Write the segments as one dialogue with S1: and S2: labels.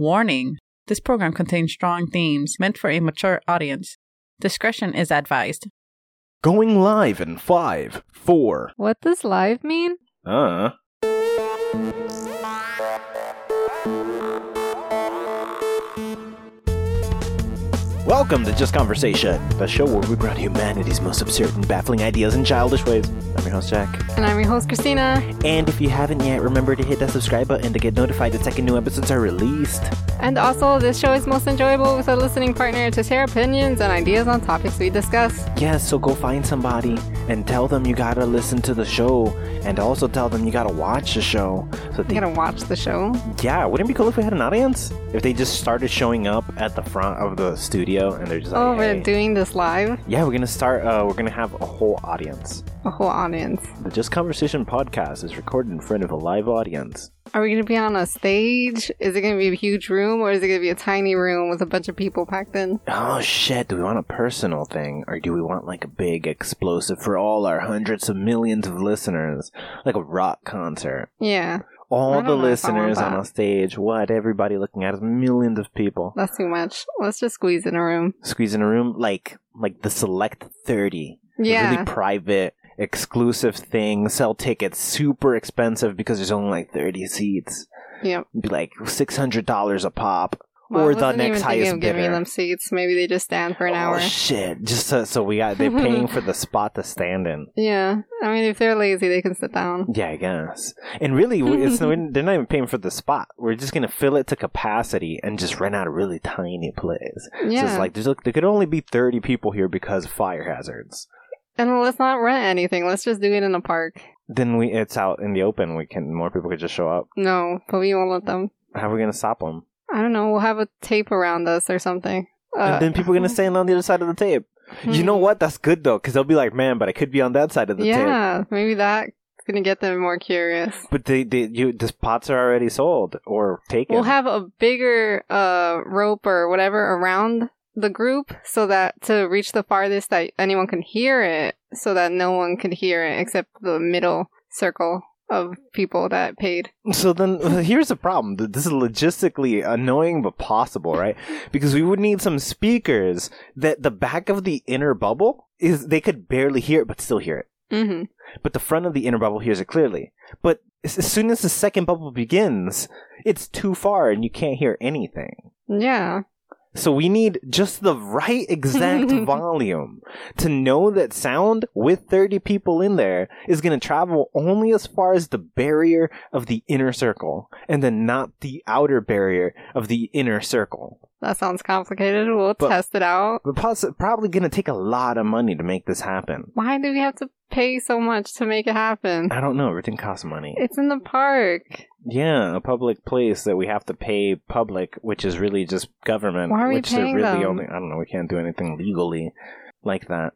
S1: Warning This program contains strong themes meant for a mature audience. Discretion is advised.
S2: Going live in five, four.
S3: What does live mean?
S2: Uh. Welcome to Just Conversation, the show where we brought humanity's most absurd and baffling ideas in childish ways. I'm your host, Jack.
S3: And I'm your host, Christina.
S2: And if you haven't yet, remember to hit that subscribe button to get notified the second new episodes are released.
S3: And also, this show is most enjoyable with a listening partner to share opinions and ideas on topics we discuss.
S2: Yeah, so go find somebody and tell them you gotta listen to the show, and also tell them you gotta watch the show. So
S3: You
S2: they,
S3: gotta watch the show.
S2: yeah, wouldn't it be cool if we had an audience? If they just started showing up at the front of the studio and they're just
S3: Oh,
S2: like,
S3: we're
S2: "Hey."
S3: doing this live.
S2: Yeah, we're gonna start. Uh, we're gonna have a whole audience.
S3: A whole audience.
S2: The Just Conversation podcast is recorded in front of a live audience.
S3: Are we gonna be on a stage? Is it gonna be a huge room or is it gonna be a tiny room with a bunch of people packed in?
S2: Oh shit! Do we want a personal thing, or do we want like a big explosive for all our hundreds of millions of listeners, like a rock concert?
S3: Yeah,
S2: All
S3: I
S2: the
S3: don't know if I want
S2: listeners on
S3: that.
S2: a stage. What? Everybody looking at us. Millions of people.
S3: that's too much. Let's just squeeze in a room.
S2: Squeeze in a room like like the select thirty.
S3: Yeah.
S2: Really private, exclusive thing. Sell tickets. Super expensive because there's only like thirty seats.
S3: Yep.
S2: be like six hundred dollars a pop,
S3: Well, I
S2: or the
S3: wasn't
S2: next
S3: even thinking
S2: highest
S3: of giving
S2: bidder.
S3: them seats. Maybe they just stand for an hour.
S2: Oh shit! Just so, so we got they're paying for the spot to stand in.
S3: yeah. I mean, if they're lazy, they can sit down.
S2: Yeah, I guess. And really, we- it's we're, they're not even paying for the spot. We're just gonna fill it to capacity and just rent out a really tiny place. So
S3: Yeah.
S2: it's like there's like, there could only be thirty people here because of fire hazards.
S3: And let's not rent anything. Let's just do it in a park.
S2: Then we it's out in the open. We can more people could just show up.
S3: No, but we won't let them.
S2: How are we gonna stop them?
S3: I don't know. We'll have a tape around us or something. Uh,
S2: and then people are gonna stand on the other side of the tape. You
S3: hmm.
S2: know what? That's good though, because they'll be like, man, but I could be on that side of the tape.
S3: yeah, maybe that's gonna get them more curious.
S2: But they, they you the pots are already sold or taken.
S3: We'll have a bigger uh, rope or whatever around the group so that to reach the farthest that anyone can hear it, so that no one can hear it except the middle circle of people that paid.
S2: so then here's the problem. Th- This is logistically annoying but possible, right? Because we would need some speakers that the back of the inner bubble is they could barely hear it but still hear it.
S3: hmm
S2: But the front of the inner bubble hears it clearly. But as as soon as the second bubble begins, it's too far and you can't hear anything.
S3: Yeah.
S2: So we need just the right exact volume to know that sound with 30 people in there is going to travel only as far as the barrier of the inner circle and then not the outer barrier of the inner circle.
S3: That sounds complicated. We'll
S2: But-
S3: test it out.
S2: But pos- probably going to take a lot of money to make this happen.
S3: Why do we have to pay so much to make it happen?
S2: I don't know, everything costs money.
S3: It's in the park.
S2: Yeah, a public place that we have to pay public, which is really just government,
S3: Why are we
S2: which they're
S3: paying
S2: really
S3: them?
S2: only I don't know, we can't do anything legally like that.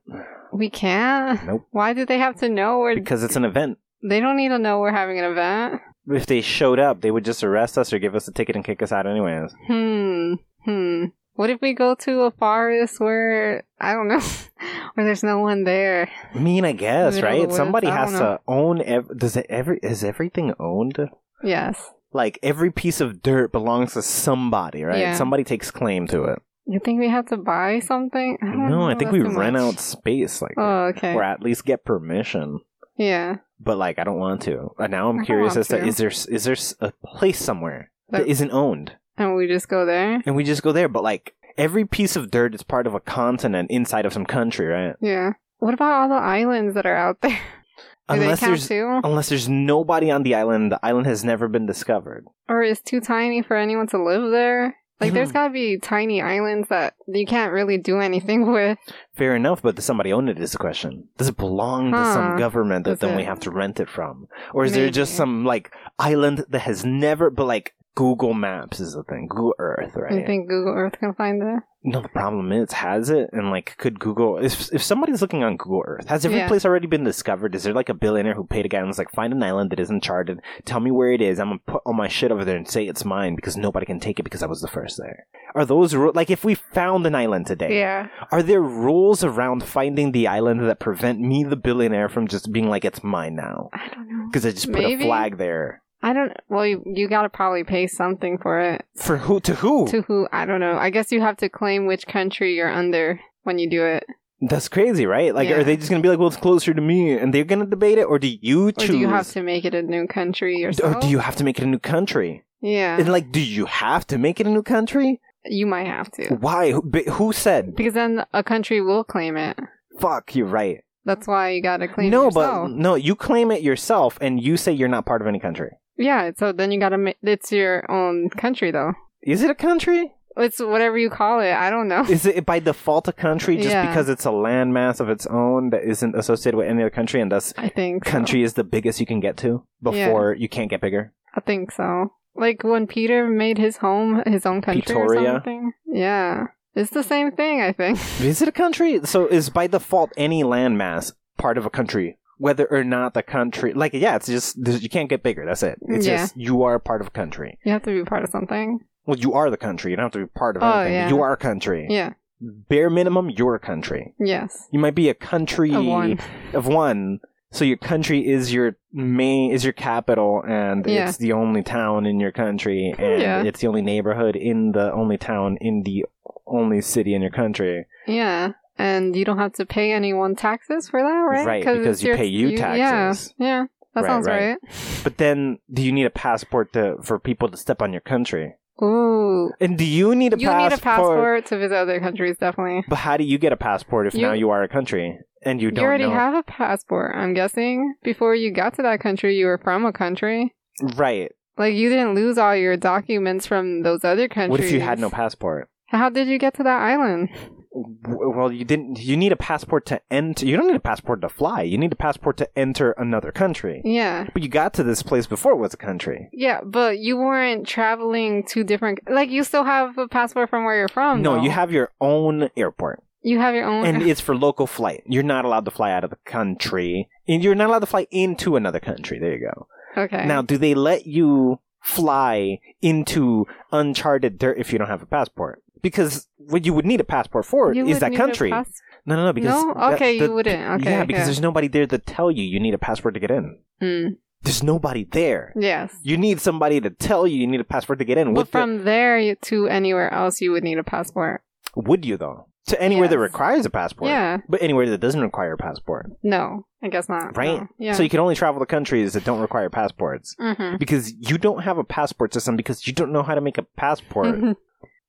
S3: We can't.
S2: Nope.
S3: Why do they have to know we're?
S2: Because it's an event.
S3: They don't need to know we're having an event.
S2: if they showed up, they would just arrest us or give us a ticket and kick us out anyways.
S3: Hmm. Hmm. What if we go to a forest where I don't know, where there's no one there?
S2: I mean, I
S3: Middle of
S2: guess,
S3: the
S2: right?
S3: woods,
S2: Somebody
S3: I
S2: has
S3: don't
S2: to own. Ev- does it every is everything owned?
S3: Yes.
S2: Like every piece of dirt belongs to somebody, right?
S3: Yeah.
S2: Somebody takes claim to it.
S3: You think we have to buy something? I don't
S2: no,
S3: know.
S2: I think
S3: That's
S2: we
S3: too
S2: rent
S3: much.
S2: out space, like,
S3: Oh, okay.
S2: or at least get permission.
S3: Yeah.
S2: But like, I don't want to. And now
S3: I
S2: I'm
S3: don't
S2: curious
S3: want
S2: as to,
S3: to.
S2: is there s- is there s- a place somewhere that
S3: That-
S2: isn't owned,
S3: And we just go there.
S2: and we just go there? But like, every piece of dirt is part of a continent inside of some country, right?
S3: Yeah. What about all the islands that are out there? Do
S2: Unless
S3: they count
S2: there's
S3: too?
S2: Unless there's nobody on the island, the island has never been discovered.
S3: or is too tiny for anyone to live there. Like, there's
S2: Mhm.
S3: gotta be tiny islands that you can't really do anything with.
S2: Fair enough, but does somebody own it is the question. Does it belong to some
S3: Huh.
S2: government that
S3: Does
S2: then we
S3: it?
S2: have to rent it from? Or is there just
S3: Maybe.
S2: some like island that has never but like Google Maps is the thing. Google Earth, right?
S3: You think Google Earth can find it?
S2: no, the problem is has it and like could Google if if somebody's looking on Google Earth, has every
S3: Yeah.
S2: place already been discovered? Is there like a billionaire who paid a guy and was like, find an island that isn't charted, tell me where it is, I'm gonna put all my shit over there and say it's mine because nobody can take it because I was the first there. Are those ru- like if we found an island today?
S3: Yeah.
S2: Are there rules around finding the island that prevent me, the billionaire, from just being like, it's mine now?
S3: I don't know.
S2: Because I just put
S3: Maybe.
S2: a flag there.
S3: I don't. Well, you, you got to probably pay something for it.
S2: For who? To who?
S3: To who? I don't know. I guess you have to claim which country you're under when you do it.
S2: That's crazy, right? Like,
S3: Yeah.
S2: are they just gonna be like, "Well, it's closer to me," and they're gonna debate it, or do you
S3: Or
S2: choose?
S3: do you have to make it a new country yourself?
S2: Or do you have to make it a new country?
S3: Yeah,
S2: And like, do you have to make it a new country?
S3: you might have to
S2: Why? Who, but who said?
S3: because then a country will claim it.
S2: Fuck, you're right.
S3: That's why you got to claim
S2: no,
S3: it yourself.
S2: but no, you claim it yourself, and you say you're not part of any country.
S3: yeah, so then you got to. Ma- it's your own country though.
S2: Is it a country?
S3: It's whatever you call it. I don't know.
S2: Is it by default a country just
S3: Yeah.
S2: because it's a landmass of its own that isn't associated with any other country, and thus
S3: I think so.
S2: country is the biggest you can get to before you can't get bigger?
S3: I think so. Like when Peter made his home his own country
S2: Petoria?
S3: or something. Yeah. It's the same thing, I think.
S2: Is it a country? So is by default any landmass part of a country, whether or not the country? Like, yeah, it's just there's- you can't get bigger. That's it. It's
S3: Yeah.
S2: just you are a part of a country.
S3: You have to be part of something.
S2: Well, you are the country. You don't have to be part of
S3: Oh,
S2: anything.
S3: yeah.
S2: You are a country.
S3: Yeah.
S2: Bare minimum, you're a country.
S3: Yes.
S2: You might be a country
S3: A one.
S2: of one. So your country is your main is your capital, and
S3: Yeah.
S2: it's the only town in your country, and
S3: Yeah.
S2: it's the only neighborhood in the only town in the only city in your country.
S3: Yeah. And you don't have to pay anyone taxes for that, right?
S2: Right,
S3: 'Cause
S2: because
S3: it's
S2: you
S3: your-
S2: pay you taxes.
S3: Yeah. Yeah. That
S2: Right,
S3: sounds
S2: right.
S3: right.
S2: But then, do you need a passport to for people to step on your country?
S3: Ooh.
S2: And do you need a
S3: you
S2: passport?
S3: need a passport to visit other countries, definitely.
S2: But how do you get a passport if
S3: You-
S2: now you are a country and you
S3: You,
S2: don't
S3: already
S2: know?
S3: have a passport, I'm guessing. Before you got to that country, you were from a country.
S2: right.
S3: Like, you didn't lose all your documents from those other countries.
S2: What if you had no passport?
S3: How did you get to that island?
S2: W- Well, you didn't. You need a passport to enter. You don't need a passport to fly. You need a passport to enter another country.
S3: Yeah.
S2: But you got to this place before it was a country.
S3: Yeah, but you weren't traveling to different like you still have a passport from where you're from.
S2: no,
S3: though.
S2: you have your own airport,
S3: you have your own
S2: and it's for local flight. You're not allowed to fly out of the country, and you're not allowed to fly into another country. There you go.
S3: Okay.
S2: Now, do they let you fly into uncharted dirt if you don't have a passport? Because what you would need a passport for
S3: You
S2: is
S3: would
S2: that
S3: need a
S2: country.
S3: pass-
S2: no, no, no. Because
S3: No?
S2: that-
S3: Okay,
S2: the-
S3: you wouldn't. Okay,
S2: yeah, because
S3: yeah.
S2: there's nobody there to tell you you need a passport to get in.
S3: Mm,
S2: There's nobody there.
S3: yes.
S2: You need somebody to tell you you need a passport to get in.
S3: But
S2: Would,
S3: from there you- to anywhere else you would need a passport.
S2: the- would you though? To anywhere that
S3: Yes.
S2: requires a passport.
S3: Yeah.
S2: But anywhere that doesn't require a passport,
S3: No, I guess not.
S2: right?
S3: No. Yeah.
S2: So you can only travel to countries that don't require passports
S3: Mhm.
S2: because you don't have a passport system because you don't know how to make a passport.
S3: Mhm.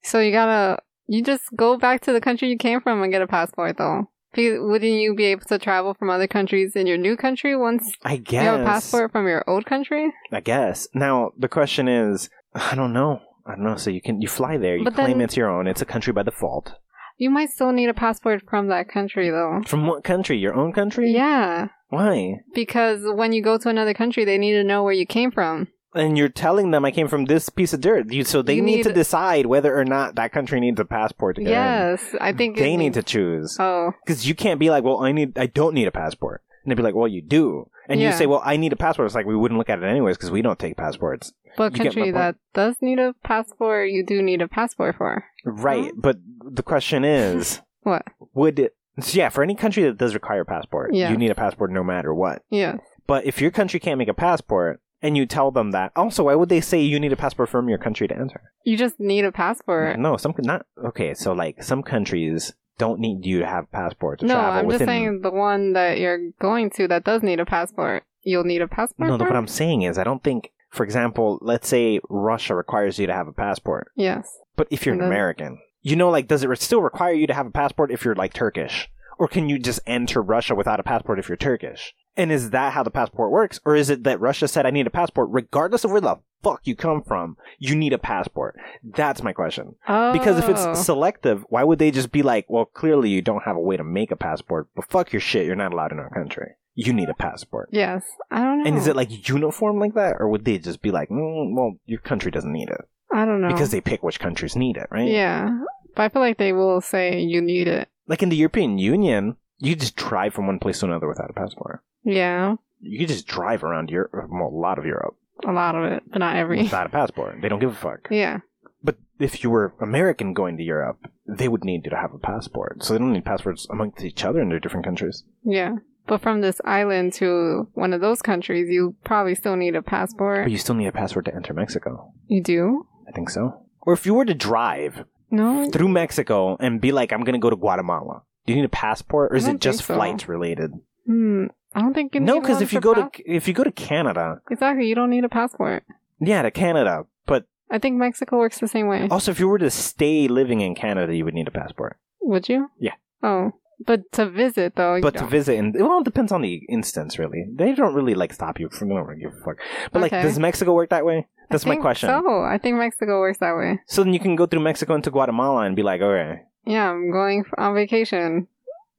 S3: So you gotta you just go back to the country you came from and get a passport though. Because wouldn't you be able to travel from other countries in your new country once
S2: I guess.
S3: you have a passport from your old country?
S2: I guess. Now the question is, I don't know. I don't know. So you can you fly there, you
S3: But
S2: claim
S3: then-
S2: it's your own. It's a country by default.
S3: You might still need a passport from that country though.
S2: From what country? Your own country?
S3: Yeah,
S2: Why?
S3: because when you go to another country, they need to know where you came from.
S2: And you're telling them I came from this piece of dirt. You, so they
S3: You
S2: need,
S3: need-
S2: to decide whether or not that country needs a passport to get in.
S3: Yes, I think
S2: They need to choose
S3: Oh,
S2: because you can't be like, well, I need, I don't need a passport, and they'd be like, well, you do, and you
S3: Yeah.
S2: say, well, I need a passport. It's like we wouldn't look at it anyways because we don't take passports.
S3: but
S2: You get my
S3: country
S2: point.
S3: that does need a passport, you do need a passport for.
S2: Right, but the question is,
S3: What?
S2: would it? So yeah, for any country that does require a passport,
S3: Yeah.
S2: you need a passport no matter what.
S3: Yes,
S2: But if your country can't make a passport, and you tell them that, also, why would they say you need a passport from your country to enter?
S3: you just need a passport.
S2: No, some not okay. So like some countries don't need you to have a passport to
S3: No,
S2: travel
S3: I'm just
S2: within.
S3: saying the one that you're going to that does need a passport. You'll need a passport.
S2: no, no,
S3: for?
S2: what I'm saying is, I don't think. For example, let's say Russia requires you to have a passport,
S3: Yes.
S2: but if you're an
S3: And then-
S2: American, you know, like, does it re- still require you to have a passport if you're like Turkish, or can you just enter Russia without a passport if you're Turkish? And is that how the passport works, or is it that Russia said I need a passport regardless of where the fuck you come from? You need a passport. That's my question.
S3: Oh.
S2: Because if it's selective, why would they just be like, well, clearly you don't have a way to make a passport, but fuck your shit, you're not allowed in our country. You need a passport.
S3: yes, I don't know.
S2: And is it like uniform like that, or would they just be like, mm, well, your country doesn't need it?
S3: I don't know.
S2: Because they pick which countries need it, right?
S3: yeah, but I feel like they will say you need it.
S2: Like in the European Union, you just drive from one place to another without a passport.
S3: Yeah,
S2: You could just drive around Europe, well, a lot of Europe,
S3: a lot of it, but not every.
S2: without a passport. They don't give a fuck.
S3: Yeah.
S2: But if you were American going to Europe, they would need you to have a passport. So they don't need passports amongst each other in their different countries.
S3: Yeah. But from this island to one of those countries, you probably still need a passport.
S2: But you still need a passport to enter Mexico.
S3: You do?
S2: I think so. Or if you were to drive
S3: No?
S2: through Mexico and be like, I'm going to go to Guatemala, do you need a passport or is
S3: I
S2: it
S3: don't
S2: just
S3: think so.
S2: flights related?
S3: Hmm. I don't think you need
S2: no,
S3: because
S2: because if you go to if you go to Canada,
S3: Exactly, you don't need a passport.
S2: yeah, to Canada. But
S3: I think Mexico works the same way.
S2: also, if you were to stay living in Canada, you would need a passport.
S3: Would you?
S2: Yeah.
S3: Oh. But to visit, though. you
S2: But to
S3: don't.
S2: visit, and well, it depends on the instance, really. They don't really like stop you from going give a fuck. But like,
S3: Okay.
S2: does Mexico work that way?
S3: I
S2: That's my
S3: think
S2: question.
S3: So, I think Mexico works that way.
S2: So then you can go through Mexico into Guatemala and be like, okay,
S3: Yeah, I'm going f- on vacation.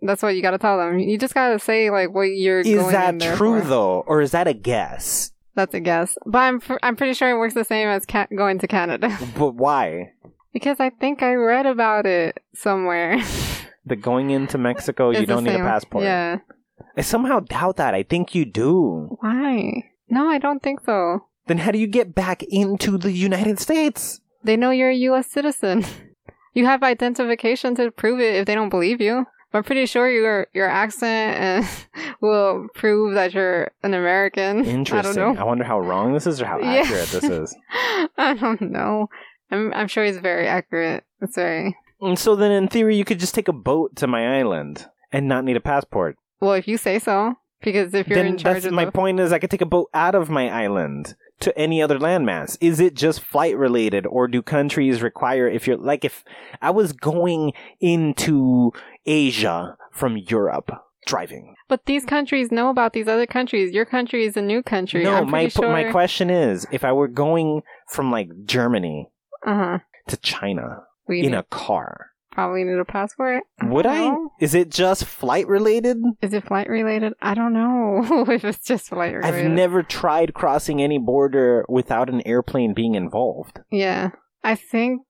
S3: That's what you gotta tell them. You just gotta say like what you're.
S2: is
S3: going in
S2: that
S3: there
S2: true
S3: for.
S2: though, or is that a guess?
S3: That's a guess, but I'm pr- I'm pretty sure it works the same as ca- going to Canada
S2: But why?
S3: because I think I read about it somewhere.
S2: That going into Mexico, you
S3: It's the
S2: don't need a
S3: same.
S2: passport.
S3: Yeah.
S2: I somehow doubt that. I think you do.
S3: Why? No, I don't think so.
S2: Then how do you get back into the United States?
S3: They know you're a U.S. citizen. you have identification to prove it if they don't believe you. I'm pretty sure your your accent uh, will prove that you're an American.
S2: Interesting.
S3: I don't know.
S2: I wonder how wrong this is or how
S3: Yeah.
S2: accurate this is.
S3: I don't know. I'm I'm sure he's very accurate. It's very
S2: And Mm, so then, in theory, you could just take a boat to my island and not need a passport.
S3: well if you say so. Because if you're
S2: then
S3: in charge
S2: that's
S3: of
S2: my
S3: the-
S2: point is I could take a boat out of my island to any other landmass. Is it just flight related, or do countries require if you're like if I was going into Asia from Europe driving?
S3: but these countries know about these other countries. Your country is a new country.
S2: No,
S3: I'm
S2: my
S3: pretty sure.
S2: my question is if I were going from like Germany
S3: uh-huh.
S2: to China
S3: We
S2: in
S3: need-
S2: a car.
S3: probably need a passport.
S2: Would I?
S3: No?
S2: Is it just flight related?
S3: Is it flight related? I don't know if it's just flight related.
S2: I've never tried crossing any border without an airplane being involved.
S3: Yeah, I think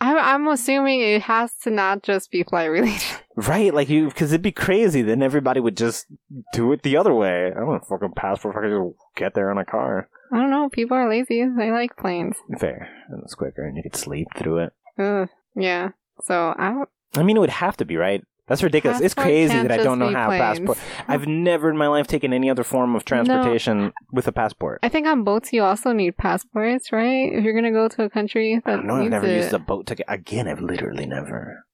S3: I'm I'm assuming it has to not just be flight related.
S2: Right? Like you, because it'd be crazy. Then everybody would just do it the other way. I don't want a fucking passport. If I could just get there in a car.
S3: I don't know. People are lazy. They like planes.
S2: Fair. And it's quicker, and you could sleep through it.
S3: Ugh. Yeah. So I don't.
S2: I mean, it would have to be right. That's ridiculous. it's
S3: passport
S2: crazy
S3: can't
S2: that I
S3: just
S2: don't know
S3: be
S2: how
S3: planes.
S2: passport. I've never in my life taken any other form of transportation with a passport.
S3: I think on boats you also need passports, right? If you're gonna go to a country that
S2: I don't know. I've
S3: needs
S2: never
S3: it.
S2: used a boat ticket. Again, I've literally never.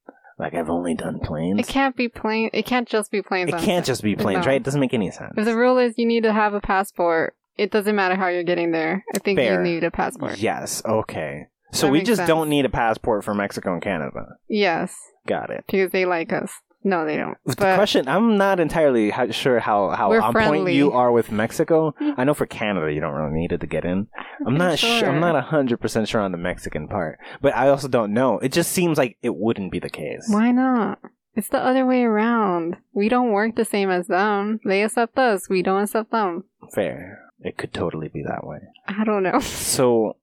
S2: Like, I've only done planes.
S3: It can't be plain. It can't just be planes.
S2: It
S3: on
S2: can't
S3: set.
S2: just be planes,
S3: No.
S2: right? It doesn't make any sense.
S3: If the rule is you need to have a passport, it doesn't matter how you're getting there. I think
S2: Fair.
S3: you need a passport.
S2: Yes. Okay. So
S3: That
S2: we
S3: makes
S2: just
S3: sense.
S2: don't need a passport for Mexico and Canada.
S3: Yes,
S2: Got it.
S3: because they like us. No, they don't.
S2: The
S3: But
S2: question I'm not entirely ho- sure how how
S3: We're
S2: on point
S3: friendly.
S2: you are with Mexico. I know for Canada you don't really need it to get in. I'm
S3: pretty
S2: not sure. I'm
S3: sure.
S2: not hundred percent sure on the Mexican part, but I also don't know. It just seems like it wouldn't be the case.
S3: why not? It's the other way around. We don't work the same as them. They accept us. We don't accept them.
S2: Fair. It could totally be that way.
S3: I don't know.
S2: So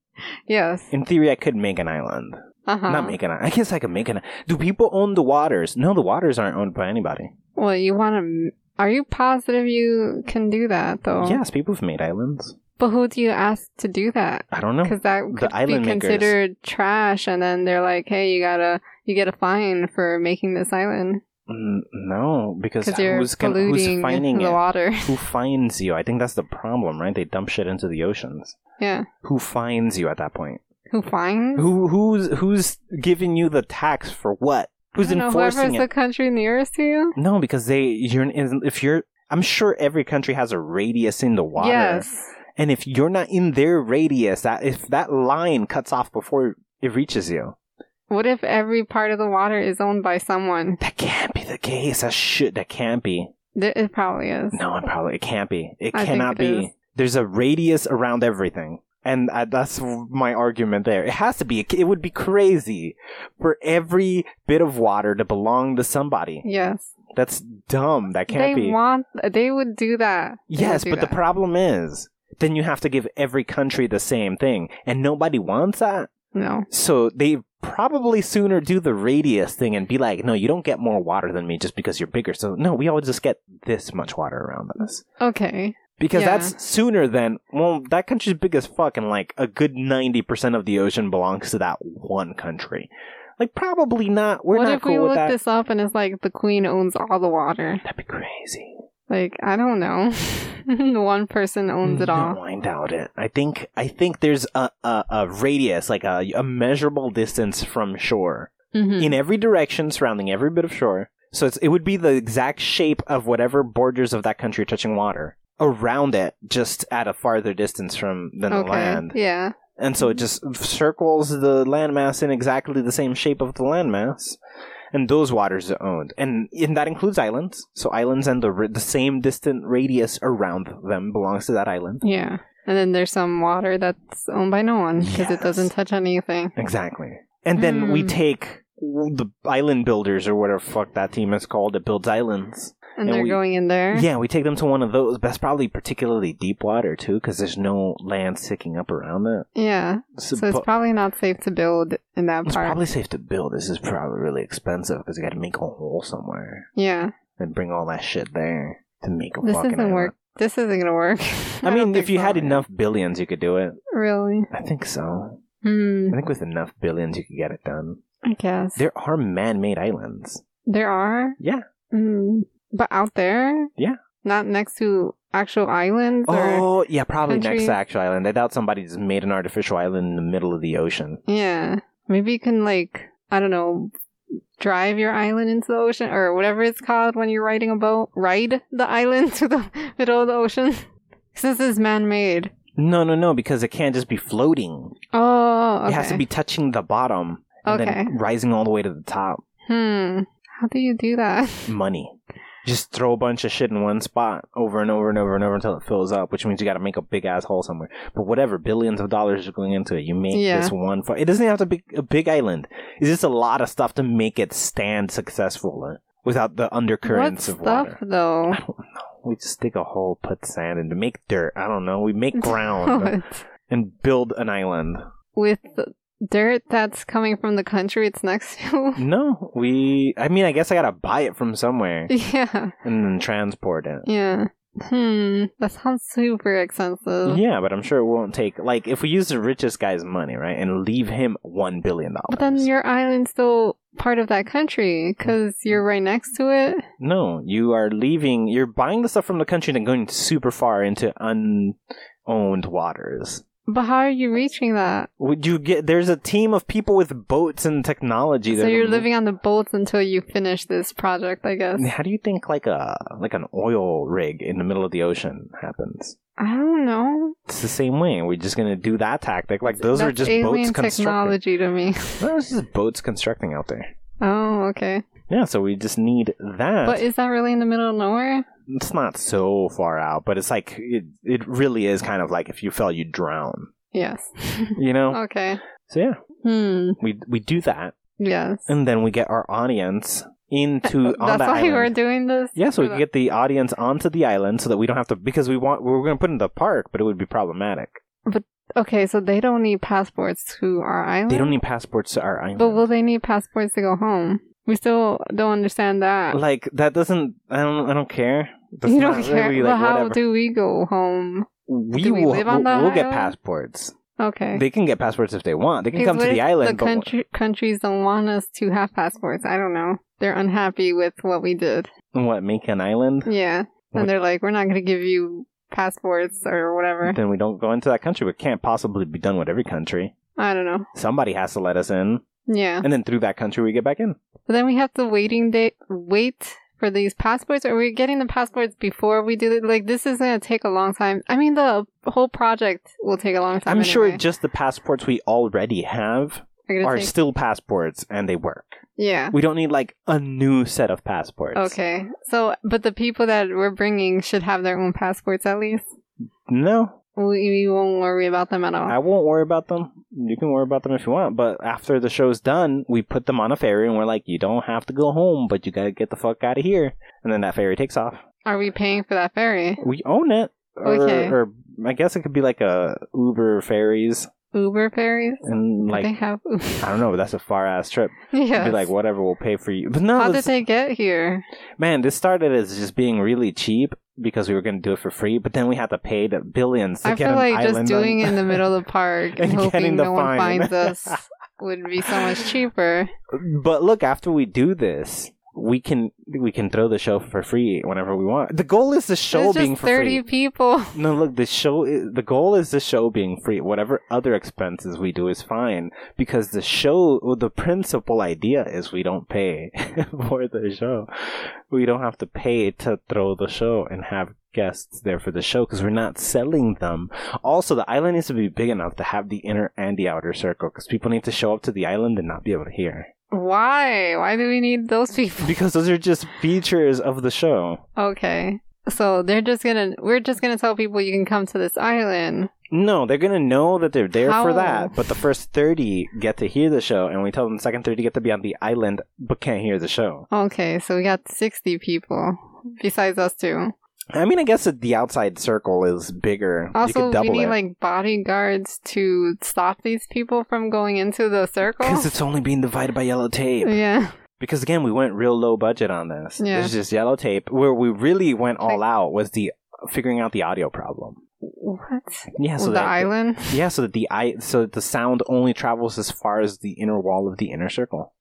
S3: yes.
S2: in theory, I could make an island.
S3: Uh huh.
S2: Not make an. I guess I could make an. Do people own the waters? No, the waters aren't owned by anybody.
S3: Well, you want to. Are you positive you can do that though?
S2: Yes, people have made islands.
S3: But who do you ask to do that?
S2: I don't know.
S3: Because that
S2: The
S3: could be
S2: island makers.
S3: considered trash, and then they're like, "Hey, you gotta, you get a fine for making this island
S2: Mm, No, because
S3: because you're
S2: who's, gonna, who's
S3: polluting
S2: finding
S3: the
S2: it?
S3: water."
S2: Who finds you? I think that's the problem, right? They dump shit into the oceans.
S3: yeah,
S2: Who finds you at that point?
S3: who fines?
S2: Who who's who's giving you the tax for what? Who's
S3: I don't know,
S2: enforcing
S3: whoever's
S2: it?
S3: the country nearest to you.
S2: No, because they you're if you're I'm sure every country has a radius in the water.
S3: Yes,
S2: And if you're not in their radius, that if that line cuts off before it reaches you,
S3: What if every part of the water is owned by someone?
S2: that can't be the case. That shit, that can't be.
S3: There, it probably is.
S2: No, it probably it can't be. It
S3: I think
S2: cannot
S3: it
S2: be.
S3: is.
S2: There's a radius around everything, and uh, that's my argument there. It has to be. It, it would be crazy for every bit of water to belong to somebody.
S3: Yes,
S2: That's dumb. That
S3: they
S2: can't be.
S3: want. They would do that. They would
S2: yes,
S3: do
S2: but the
S3: that.
S2: problem is, then you have to give every country the same thing, and nobody wants that.
S3: no.
S2: So they probably sooner do the radius thing and be like, "No, you don't get more water than me just because you're bigger." So no, we all just get this much water around us.
S3: Okay.
S2: Because
S3: Yeah.
S2: that's sooner than well, that country's big as fuck, and like a good ninety percent of the ocean belongs to that one country. Like probably not. We're
S3: what
S2: not
S3: if
S2: cool
S3: we
S2: with
S3: look
S2: that.
S3: this up and it's like the queen owns all the water?
S2: That'd be crazy.
S3: Like, I don't know. One person owns it all.
S2: No, I doubt it. I think I think there's a, a, a radius, like a, a measurable distance from shore
S3: Mhm.
S2: in every direction surrounding every bit of shore. So it's, it would be the exact shape of whatever borders of that country touching water around it, just at a farther distance from than the land.
S3: Yeah.
S2: And so it just
S3: Mm-hmm.
S2: circles the landmass in exactly the same shape of the landmass. And those waters are owned. And, and that includes islands. So islands and the, r- the same distant radius around them belongs to that island.
S3: Yeah. And then there's some water that's owned by no one because
S2: Yes.
S3: it doesn't touch anything.
S2: Exactly. And then we
S3: Mm.
S2: take the island builders or whatever fuck that team is called that builds islands.
S3: And,
S2: And
S3: they're
S2: we-
S3: going in there.
S2: Yeah, we take them to one of those. That's probably particularly deep water too, because there's no land sticking up around it.
S3: Yeah.
S2: So,
S3: So it's
S2: bu-
S3: probably not safe to build in that
S2: it's
S3: part.
S2: probably safe to build. This is probably really expensive because you got to make a hole somewhere
S3: Yeah.
S2: and bring all that shit there to make a
S3: This
S2: fucking
S3: isn't
S2: island.
S3: work. This isn't going to work.
S2: I,
S3: don't
S2: mean,
S3: think
S2: if you
S3: so.
S2: had enough billions, you could do it.
S3: Really?
S2: I think so.
S3: Hmm.
S2: I think with enough billions, you could get it done.
S3: I guess. There,
S2: There are man-made islands.
S3: are?
S2: Yeah.
S3: Hmm. But out there?
S2: Yeah.
S3: Not next to actual islands? Or...
S2: Oh, yeah, probably next
S3: countries.
S2: to actual island. I doubt somebody just made an artificial island in the middle of the ocean.
S3: Yeah. Maybe you can, like, I don't know, drive your island into the ocean or whatever it's called when you're riding a boat. Ride the island to the middle of the ocean. Since it's man made.
S2: No, no, no, because it can't just be floating.
S3: Oh, okay.
S2: It has to be touching the bottom and
S3: Okay.
S2: then rising all the way to the top.
S3: Hmm. How do you do that?
S2: Money. Just throw a bunch of shit in one spot over and over and over and over until it fills up, which means you got to make a big ass hole somewhere. But whatever, billions of dollars are going into it. You make
S3: Yeah.
S2: this one. Fu- it doesn't have to be a big island. It's just a lot of stuff to make it stand successful uh, without the undercurrents
S3: what
S2: of
S3: stuff,
S2: water.
S3: though?
S2: I don't know. We just dig a hole, put sand in to make dirt. I don't know. We make ground
S3: What?
S2: and build an island.
S3: With dirt that's coming from the country it's next to?
S2: No, we. I mean, I guess I gotta buy it from somewhere
S3: yeah.
S2: and then transport it.
S3: Yeah. Hmm. That sounds super expensive.
S2: Yeah, but I'm sure it won't take. Like, if we use the richest guy's money, right, and leave him one billion dollars.
S3: But then your island's still part of that country because you're right next to it.
S2: no, you are leaving. You're buying the stuff from the country and then going super far into unowned waters.
S3: But how are you reaching that?
S2: Would you get? There's a team of people with boats and technology.
S3: so
S2: that are
S3: you're
S2: gonna-
S3: living on the boats until you finish this project, I guess.
S2: How do you think like a like an oil rig in the middle of the ocean happens?
S3: I don't know.
S2: It's the same way. We're just gonna do that tactic. Like those
S3: That's
S2: are just
S3: alien
S2: boats constructing.
S3: technology to me.
S2: Those are just boats constructing out there.
S3: Oh, okay.
S2: Yeah, so we just need that.
S3: But is that really in the middle of nowhere?
S2: it's not so far out, but it's like it, it really is kind of like if you fell, you'd drown.
S3: Yes.
S2: You know.
S3: okay.
S2: So yeah,
S3: Hmm.
S2: we we do that,
S3: Yes.
S2: and then we get our audience into on
S3: That's
S2: the
S3: why
S2: island.
S3: we're doing this.
S2: Yeah, so we
S3: For
S2: can
S3: the-
S2: get the audience onto the island so that we don't have to because we want we we're going to put it in the park, but it would be problematic.
S3: Okay, so they don't need passports to our island.
S2: They don't need passports to our island.
S3: But will they need passports to go home? We still don't understand that.
S2: like that doesn't. I don't. I don't care. That's
S3: you
S2: not
S3: don't care.
S2: Really,
S3: well,
S2: like,
S3: how
S2: whatever.
S3: do we go home?
S2: we
S3: do we
S2: will.
S3: live on
S2: we'll,
S3: that
S2: we'll get
S3: island?
S2: passports.
S3: Okay.
S2: They can get passports if they want. They can
S3: Because
S2: come to
S3: what
S2: the
S3: if
S2: island.
S3: The
S2: but
S3: country, countries don't want us to have passports. I don't know. They're unhappy with what we did.
S2: what? Make an island?
S3: Yeah.
S2: What-
S3: And they're like, we're not going to give you passports or whatever.
S2: Then we don't go into that country. We can't possibly be done with every country.
S3: I don't know.
S2: Somebody has to let us in,
S3: Yeah.
S2: and then through that country we get back in.
S3: But then we have to waiting date wait for these passports. Are we getting the passports before we do it? Like this is gonna take a long time. I mean, the whole project will take a long time.
S2: I'm sure
S3: anyway.
S2: just the passports we already have
S3: We're gonna
S2: are
S3: take-
S2: still passports, and they work.
S3: yeah.
S2: We don't need like a new set of passports.
S3: Okay. So, but the people that we're bringing should have their own passports at least.
S2: No,
S3: We, we won't worry about them at all.
S2: I won't worry about them. You can worry about them if you want, but after the show's done, we put them on a ferry and we're like, you don't have to go home, but you gotta get the fuck out of here. And then that ferry takes off.
S3: Are we paying for that ferry?
S2: We own it. Or,
S3: Okay.
S2: or I guess it could be like a Uber ferries
S3: Uber ferries?
S2: and
S3: they
S2: like
S3: have.
S2: I don't know, but that's a far ass trip. It'd
S3: yeah.
S2: Be like whatever, we'll pay for you. But no,
S3: How did
S2: it's-
S3: they get here?
S2: man, this started as just being really cheap because we were gonna do it for free, but then we had to pay the billions to
S3: I
S2: get
S3: feel
S2: an
S3: like just
S2: island
S3: doing
S2: on-
S3: it in the middle of the park and,
S2: And getting
S3: hoping
S2: the
S3: no one
S2: fine.
S3: finds us would be so much cheaper.
S2: But look, after we do this, we can we can throw the show for free whenever we want. The goal is the show
S3: There's
S2: being
S3: just
S2: for
S3: 30
S2: free.
S3: people.
S2: No, look, the show. Is, the goal is the show being free. Whatever other expenses we do is fine because the show. well, the principal idea is we don't pay for the show. We don't have to pay to throw the show and have guests there for the show because we're not selling them. Also, the island needs to be big enough to have the inner and the outer circle because people need to show up to the island and not be able to hear
S3: Why? Why do we need those people?
S2: because those are just features of the show.
S3: Okay. So they're just gonna, we're just gonna tell people you can come to this island.
S2: No, they're gonna know that they're there for
S3: How?
S2: that. But the first thirty get to hear the show, and we tell them the second thirty get to be on the island but can't hear the show.
S3: Okay, so we got 60 people besides us two.
S2: I mean, I guess that the outside circle is bigger. you
S3: Also,
S2: could
S3: we
S2: double
S3: need
S2: it
S3: like bodyguards to stop these people from going into the circle.
S2: because it's only being divided by yellow tape.
S3: oh. Yeah.
S2: Because again, we went real low budget on this.
S3: Yeah.
S2: It's just yellow tape. Where we really went all out was the figuring out the audio problem.
S3: What?
S2: Yeah, so
S3: the
S2: that,
S3: island?
S2: yeah, so that the I so that the sound only travels as far as the inner wall of the inner circle.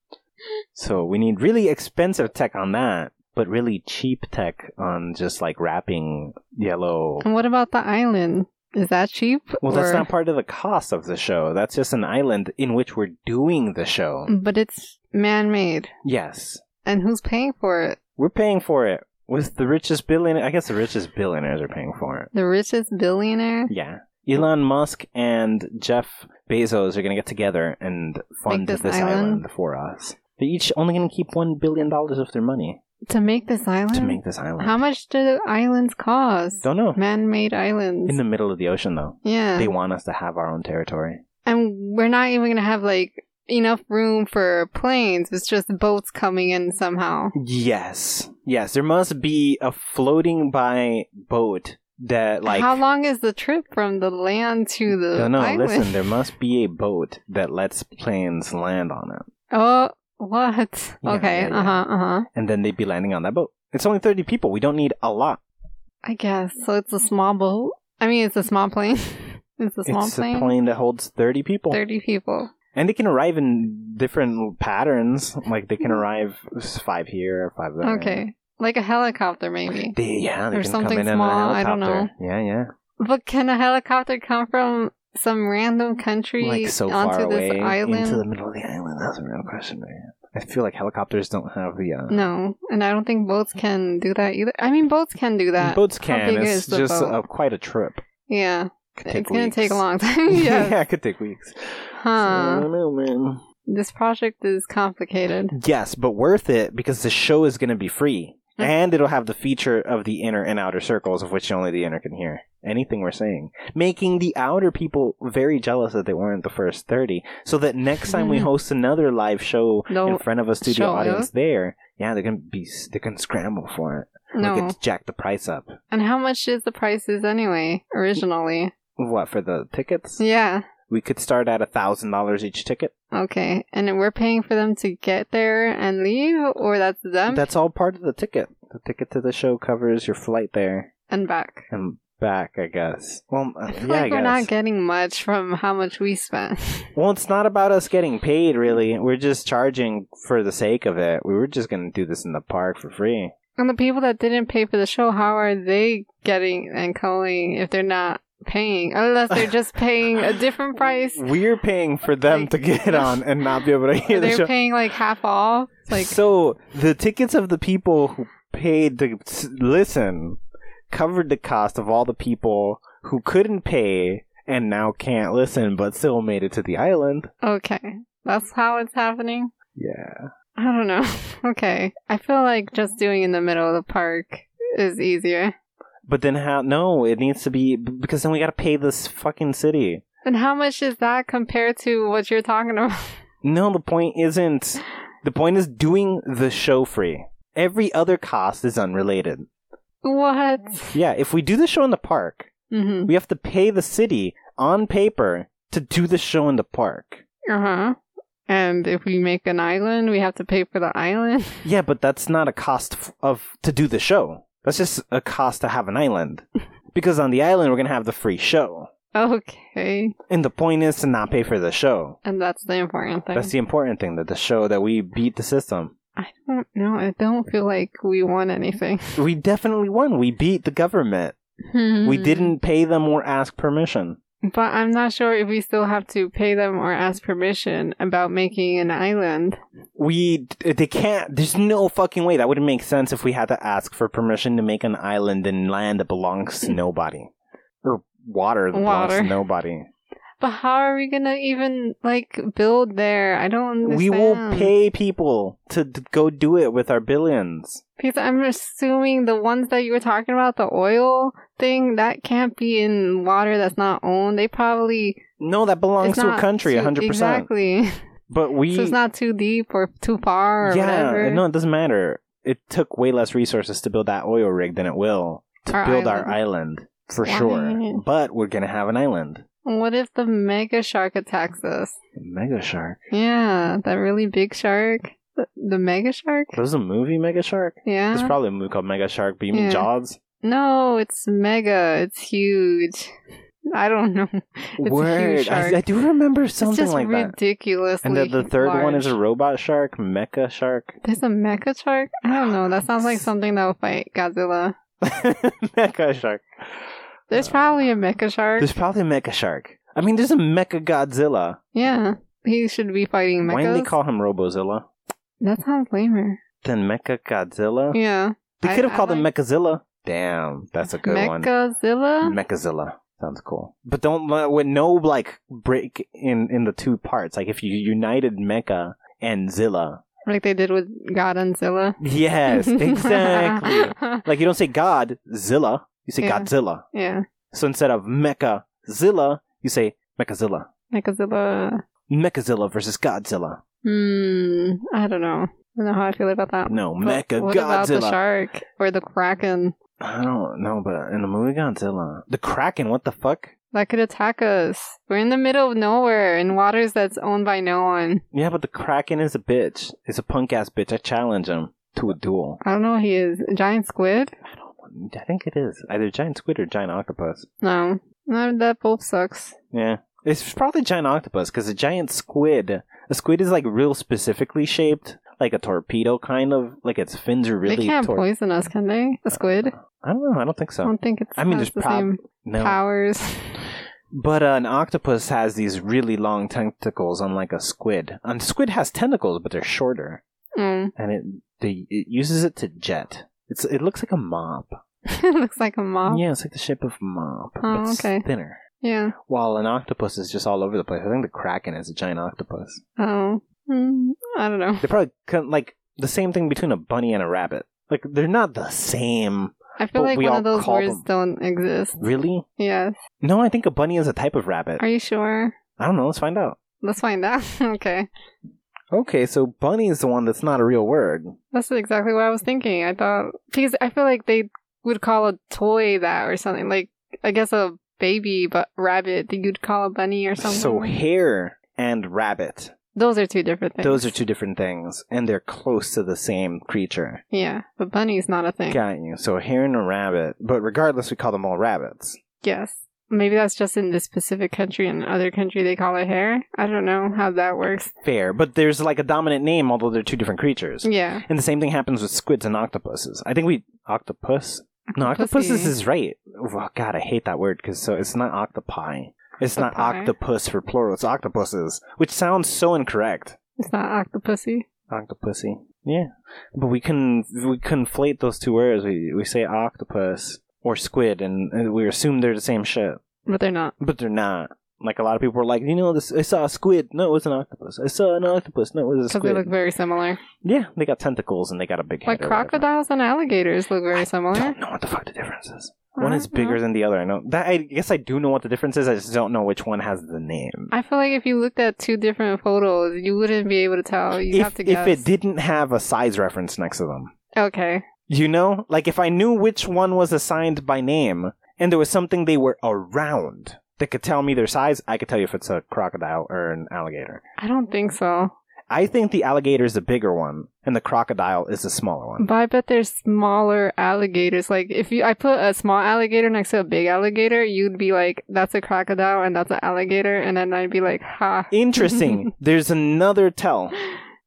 S2: So we need really expensive tech on that, but really cheap tech on just like wrapping yellow.
S3: And what about the island? Is that cheap?
S2: Well, that's
S3: or-
S2: not part of the cost of the show. That's just an island in which we're doing the show.
S3: But it's man made.
S2: Yes,
S3: And who's paying for it?
S2: we're paying for it with the richest billionaire. I guess the richest billionaires are paying for it.
S3: The richest billionaire?
S2: Yeah. Elon Musk and Jeff Bezos are going to get together and fund
S3: Make
S2: this,
S3: this
S2: island.
S3: island?
S2: for us. They're each only going to keep $1 billion of their money
S3: To make this island?
S2: to make this island.
S3: How much do the islands cost?
S2: Don't know.
S3: Man made islands.
S2: In the middle of the ocean, though.
S3: yeah.
S2: They want us to have our own territory.
S3: and we're not even going to have like enough room for planes. It's just boats coming in somehow.
S2: Yes. Yes. There must be a floating by boat that, like.
S3: How long is the trip from the land to the
S2: No, no,
S3: island?
S2: listen. There must be a boat that lets planes land on it.
S3: oh, what?
S2: Yeah,
S3: okay,
S2: yeah, yeah.
S3: uh huh, uh huh.
S2: And then they'd be landing on that boat. It's only 30 people. We don't need a lot.
S3: I guess. So it's a small boat. I mean, it's a small plane. it's a small
S2: it's
S3: plane.
S2: a plane that holds 30 people.
S3: 30 people.
S2: And they can arrive in different patterns. Like they can arrive s- five here, five there.
S3: Hmm. Okay. Like a helicopter, maybe.
S2: They, yeah, they
S3: Or
S2: can
S3: something
S2: come in
S3: small,
S2: in a
S3: I don't
S2: helicopter. Yeah, yeah.
S3: But can a helicopter come from some random country
S2: Like so
S3: onto
S2: far
S3: this
S2: away
S3: island?
S2: into the middle of the island. That's a real question, man. I feel like helicopters don't have the. Uh,
S3: No, and I don't think boats can do that either. I mean, boats can do that.
S2: Mm. boats
S3: How
S2: can.
S3: big
S2: It's
S3: is the
S2: just
S3: boat?
S2: uh, quite a trip.
S3: yeah,
S2: Could take
S3: it's gonna
S2: weeks.
S3: take a long Uh. time. yeah,
S2: yeah, it could take weeks. I
S3: huh?
S2: don't know, man.
S3: This project is complicated.
S2: Yes, but worth it because the show is going to be free.
S3: Mm.
S2: And it'll have the feature of the inner and outer circles, of which only the inner can hear anything we're saying, making the outer people very jealous that they weren't the first 30. So that next time we
S3: Mm.
S2: host another live show in
S3: No
S2: front of a studio
S3: show,
S2: audience, there, yeah, they're gonna be they're gonna scramble for it.
S3: No,
S2: They're gonna jack the price up.
S3: and how much is the prices anyway? Originally,
S2: What for the tickets?
S3: yeah,
S2: We could start at a thousand dollars each ticket.
S3: okay. And we're paying for them to get there and leave, or that's them
S2: That's all part of the ticket. The ticket to the show covers your flight there.
S3: and back.
S2: and back, I guess. Well, uh,
S3: I feel
S2: yeah, I
S3: like we're
S2: guess.
S3: not getting much from how much we spent.
S2: well, it's not about us getting paid, really. We're just charging for the sake of it. We were just going to do this in the park for free.
S3: And the people that didn't pay for the show, how are they getting and calling if they're not paying? Unless they're just paying a different price.
S2: We're paying for them
S3: Like-
S2: to get on and not be able to hear the
S3: they're
S2: show.
S3: paying like half off. Like
S2: so the tickets of the people who paid to s- listen covered the cost of all the people who couldn't pay and now can't listen but still made it to the island.
S3: okay. That's how it's happening.
S2: Yeah.
S3: I don't know. okay. I feel like just doing in the middle of the park is easier.
S2: But then how? No, it needs to be because then we got to pay this fucking city.
S3: And how much is that compared to what you're talking about?
S2: No, the point isn't. The point is doing the show free. Every other cost is unrelated.
S3: what?
S2: Yeah, if we do the show in the park,
S3: Mm-hmm.
S2: we have to pay the city on paper to do the show in the park.
S3: Uh huh. And if we make an island, we have to pay for the island.
S2: Yeah, but that's not a cost f- of to do the show. That's just a cost to have an island. because on the island we're going to have the free show.
S3: Okay.
S2: And the point is to not pay for the show.
S3: And that's the important thing.
S2: That's the important thing that the show that we beat the system.
S3: I don't know. I don't feel like we won anything.
S2: We definitely won. We beat the government. We
S3: Mm.
S2: didn't pay them or ask permission.
S3: But I'm not sure if we still have to pay them or ask permission about making an island.
S2: We they can't. There's no fucking way that wouldn't make sense if we had to ask for permission to make an island in land that belongs to nobody or water that belongs
S3: Water.
S2: to nobody.
S3: But how are we gonna even like build there? I don't understand.
S2: We will pay people to d- go do it with our billions.
S3: Because I'm assuming the ones that you were talking about, the oil thing, that can't be in water that's not owned. They probably
S2: No, that belongs
S3: it's
S2: to a
S3: not
S2: country,
S3: too-
S2: hundred percent.
S3: Exactly.
S2: But we,
S3: so it's not too deep or too far or
S2: yeah,
S3: whatever.
S2: no, it doesn't matter. It took way less resources to build that oil rig than it will to
S3: Our
S2: build our island for
S3: Why?
S2: sure. But we're gonna have an island.
S3: What if the mega shark attacks us?
S2: Mega Shark.
S3: Yeah, that really big shark. The, the mega shark?
S2: There's a movie Mega Shark.
S3: Yeah.
S2: There's probably a movie called Mega Shark, but you mean
S3: Uh, Yeah.
S2: Jaws?
S3: no, it's mega. It's huge. I don't know. huge shark.
S2: I, I do remember
S3: it's
S2: something
S3: just
S2: like that.
S3: ridiculously.
S2: And then the third one is a
S3: large.
S2: robot shark, Mecha Shark.
S3: There's a mecha shark? I don't know. That sounds like something that would fight Godzilla.
S2: mecha Shark.
S3: There's probably a mecha shark.
S2: Uh, There's probably a Mecha Shark. I mean, there's a Mecha Godzilla.
S3: Yeah. He should be fighting mechas.
S2: Why didn't they call him Robozilla?
S3: that sounds lamer.
S2: Then Mecha Godzilla?
S3: Yeah.
S2: They
S3: I-
S2: could have
S3: I
S2: called him
S3: like-
S2: Mechazilla. Damn, that's a good one.
S3: Mechazilla?
S2: Mechazilla. Sounds cool. But don't let- with no like break in in the two parts. Like if you united Mecha and Zilla.
S3: like they did with God and Zilla.
S2: Yes, exactly. like you don't say God Zilla, you say
S3: Yeah.
S2: Godzilla.
S3: yeah.
S2: So instead of Mecha Zilla, you say Mechazilla.
S3: Mechazilla.
S2: Mechazilla versus Godzilla.
S3: Hmm. I don't know. I don't know how I feel about that.
S2: No,
S3: But
S2: Mecha
S3: What about the
S2: Godzilla.
S3: shark or the kraken
S2: I don't know, but in the movie Godzilla, the Kraken. What the fuck?
S3: that could attack us? We're in the middle of nowhere in waters that's owned by no one.
S2: Yeah, but the Kraken is a bitch. It's a punk ass bitch. I challenge him to a duel.
S3: I don't know. What he is a giant squid.
S2: I don't. I think it is either giant squid or giant octopus.
S3: No, no, that both sucks.
S2: Yeah, it's probably giant octopus because a giant squid. A squid is like real specifically shaped, like a torpedo kind of. Like its fins are really.
S3: they can't
S2: tor-
S3: poison us, can they? A squid.
S2: I don't know. I don't think
S3: I
S2: so.
S3: don't think it's.
S2: I mean,
S3: has
S2: there's
S3: the
S2: prob-
S3: same
S2: No.
S3: powers.
S2: But uh, an octopus has these really long tentacles, unlike a squid. And squid has tentacles, but they're shorter,
S3: Mm.
S2: and it they it uses it to jet. It's it looks like a mop.
S3: it looks like a mop.
S2: Yeah, it's like the shape of a mop,
S3: Oh,
S2: but it's
S3: okay.
S2: thinner.
S3: Yeah.
S2: While an octopus is just all over the place. I think the kraken is a giant octopus.
S3: Oh. Mm, I don't know.
S2: They're probably kind of like the same thing between a bunny and a rabbit. Like they're not the same,
S3: I feel
S2: But
S3: like
S2: we
S3: one
S2: all
S3: of those
S2: call
S3: words don't exist.
S2: really.
S3: Yes.
S2: No, I think a bunny is a type of rabbit.
S3: Are you sure?
S2: I don't know. Let's find out.
S3: Let's find out. okay.
S2: Okay, so bunny is the one that's not a real word.
S3: That's exactly what I was thinking. I thought because I feel like they would call a toy that or something. Like I guess a baby but rabbit that you'd call a bunny or something.
S2: So hare and rabbit.
S3: those are two different things.
S2: Those are two different things, and they're close to the same creature.
S3: Yeah. But bunny's not a thing.
S2: Got you. So a hare and a rabbit, but regardless, we call them all rabbits.
S3: Yes. Maybe that's just in this specific country and other country they call it hair. I don't know how that works.
S2: Fair, but there's like a dominant name, although they're two different creatures.
S3: Yeah.
S2: And the same thing happens with squids and octopuses. I think we octopus. No, octopuses
S3: Octopussy.
S2: is right. Oh, God, I hate that word because so it's not octopi. It's not
S3: Octopi.
S2: octopus for plural. It's octopuses, which sounds so incorrect.
S3: It's not octopussy.
S2: Octopussy. Yeah, but we can we conflate those two words. We we say octopus or squid, and, and we assume they're the same shit,
S3: But they're not.
S2: but they're not. Like a lot of people are like, you know, this I saw a squid. No, it was an octopus. I saw an octopus. No, it was a
S3: Because they
S2: squid.
S3: look very similar.
S2: yeah, they got tentacles and they got a big
S3: Like
S2: head. or whatever.
S3: crocodiles and alligators look very
S2: I
S3: similar.
S2: don't know what the fuck the difference is.
S3: I
S2: One is
S3: don't know.
S2: bigger than the other. I know that. I guess I do know what the difference is. I just don't know which one has the name.
S3: I feel like if you looked at two different photos, you wouldn't be able to tell. You have
S2: If,
S3: to
S2: if
S3: guess.
S2: it didn't have a size reference next to them,
S3: Okay.
S2: you know, like if I knew which one was assigned by name and there was something they were around that could tell me their size, I could tell you if it's a crocodile or an alligator.
S3: I don't think so.
S2: I think the alligator is the bigger one and the crocodile is the smaller one.
S3: But I bet there's smaller alligators. Like if you I put a small alligator next to a big alligator, you'd be like, that's a crocodile and that's an alligator and then I'd be like, ha.
S2: Interesting. There's another tell.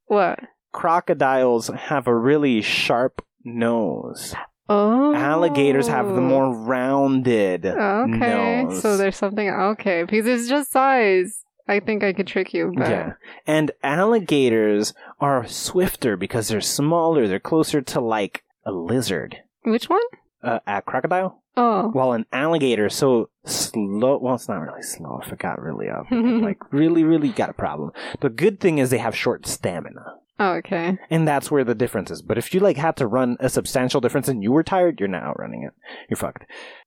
S3: What?
S2: crocodiles have a really sharp nose.
S3: Oh.
S2: Alligators have the more rounded
S3: Okay.
S2: nose.
S3: So there's something. Okay. Because it's just size. I think I could trick you, but.
S2: Yeah. And alligators are swifter because they're smaller. They're closer to like a lizard.
S3: Which one?
S2: Uh, a crocodile?
S3: Oh.
S2: While an alligator is so slow. Well, it's not really slow. I forgot really up. like, really, really got a problem. The good thing is they have short stamina.
S3: Okay.
S2: And that's where the difference is. But if you like had to run a substantial difference and you were tired, you're not outrunning it. You're fucked.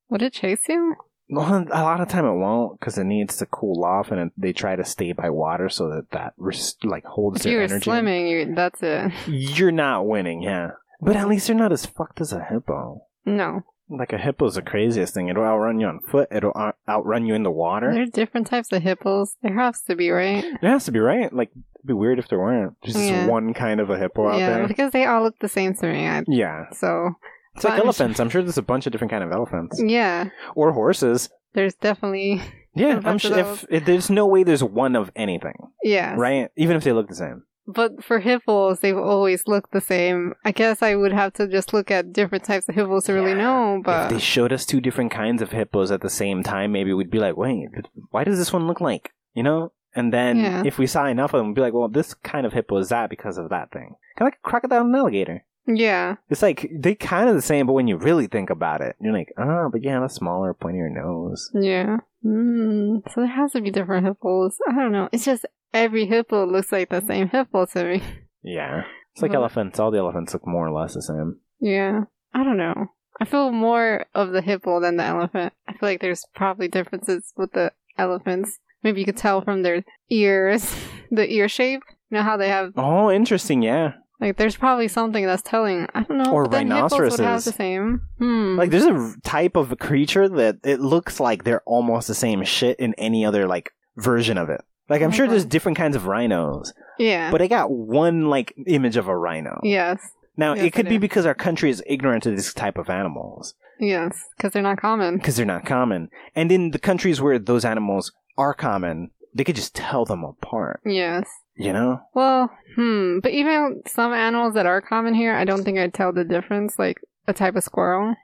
S3: Would it chase you?
S2: Well, a lot of time it won't because it needs to cool off, and it, they try to stay by water so that that res- like holds
S3: If
S2: their
S3: you were
S2: energy.
S3: slimming, you, that's it.
S2: You're not winning, yeah. But at least you're not as fucked as a hippo.
S3: No.
S2: Like a hippo's the craziest thing. It'll outrun you on foot. It'll out- outrun you in the water.
S3: There are different types of hippos. There has to be, right?
S2: It has to be right. Like it'd be weird if there weren't. There's just
S3: Yeah.
S2: one kind of a hippo out
S3: yeah,
S2: there.
S3: because they all look the same to me. I,
S2: Yeah,
S3: so
S2: it's like
S3: But I'm
S2: elephants. I'm sure there's a bunch of different kind of elephants
S3: yeah,
S2: or horses.
S3: there's definitely
S2: Yeah,
S3: A
S2: I'm
S3: bunch
S2: sure
S3: of
S2: if, if there's no way there's one of anything,
S3: yeah.
S2: right? Even if they look the same.
S3: But for hippos, they've always looked the same. I guess I would have to just look at different types of hippos to really
S2: Yeah.
S3: know.
S2: if
S3: But
S2: they showed us two different kinds of hippos at the same time, maybe we'd be like, wait, but why does this one look like? You know? And then
S3: Yeah.
S2: if we saw enough of them, we'd be like, well, this kind of hippo is that because of that thing. Kind of like a crocodile and alligator.
S3: yeah,
S2: It's like they kind of the same, but when you really think about it, you're like, oh, but yeah, a smaller, pointier nose.
S3: yeah. Mm, so there has to be different hippos. I don't know. It's just every hippo looks like the same hippo to me.
S2: Yeah. It's like
S3: Mhm.
S2: elephants. All the elephants look more or less the same.
S3: Yeah, I don't know. I feel more of the hippo than the elephant. I feel like there's probably differences with the elephants. Maybe you could tell from their ears, the ear shape. You know how they have
S2: Oh, interesting. Yeah.
S3: like there's probably something that's telling. I don't know.
S2: Or
S3: but then hippos would have
S2: rhinoceroses.
S3: the same. Hmm.
S2: Like there's a r- type of creature that it looks like they're almost the same shit in any other like version of it. Like I'm sure there's different kinds of rhinos,
S3: Oh yeah.
S2: but I got one like image of a rhino.
S3: yes.
S2: Now
S3: Yes,
S2: it could
S3: it
S2: be
S3: is.
S2: because our country is ignorant of this type of animals
S3: Yes. Because they're not common.
S2: because they're not common. And in the countries where those animals are common, they could just tell them apart,
S3: Yes.
S2: you know?
S3: Well, hmm. But even some animals that are common here, I don't think I'd tell the difference. Like a type of squirrel.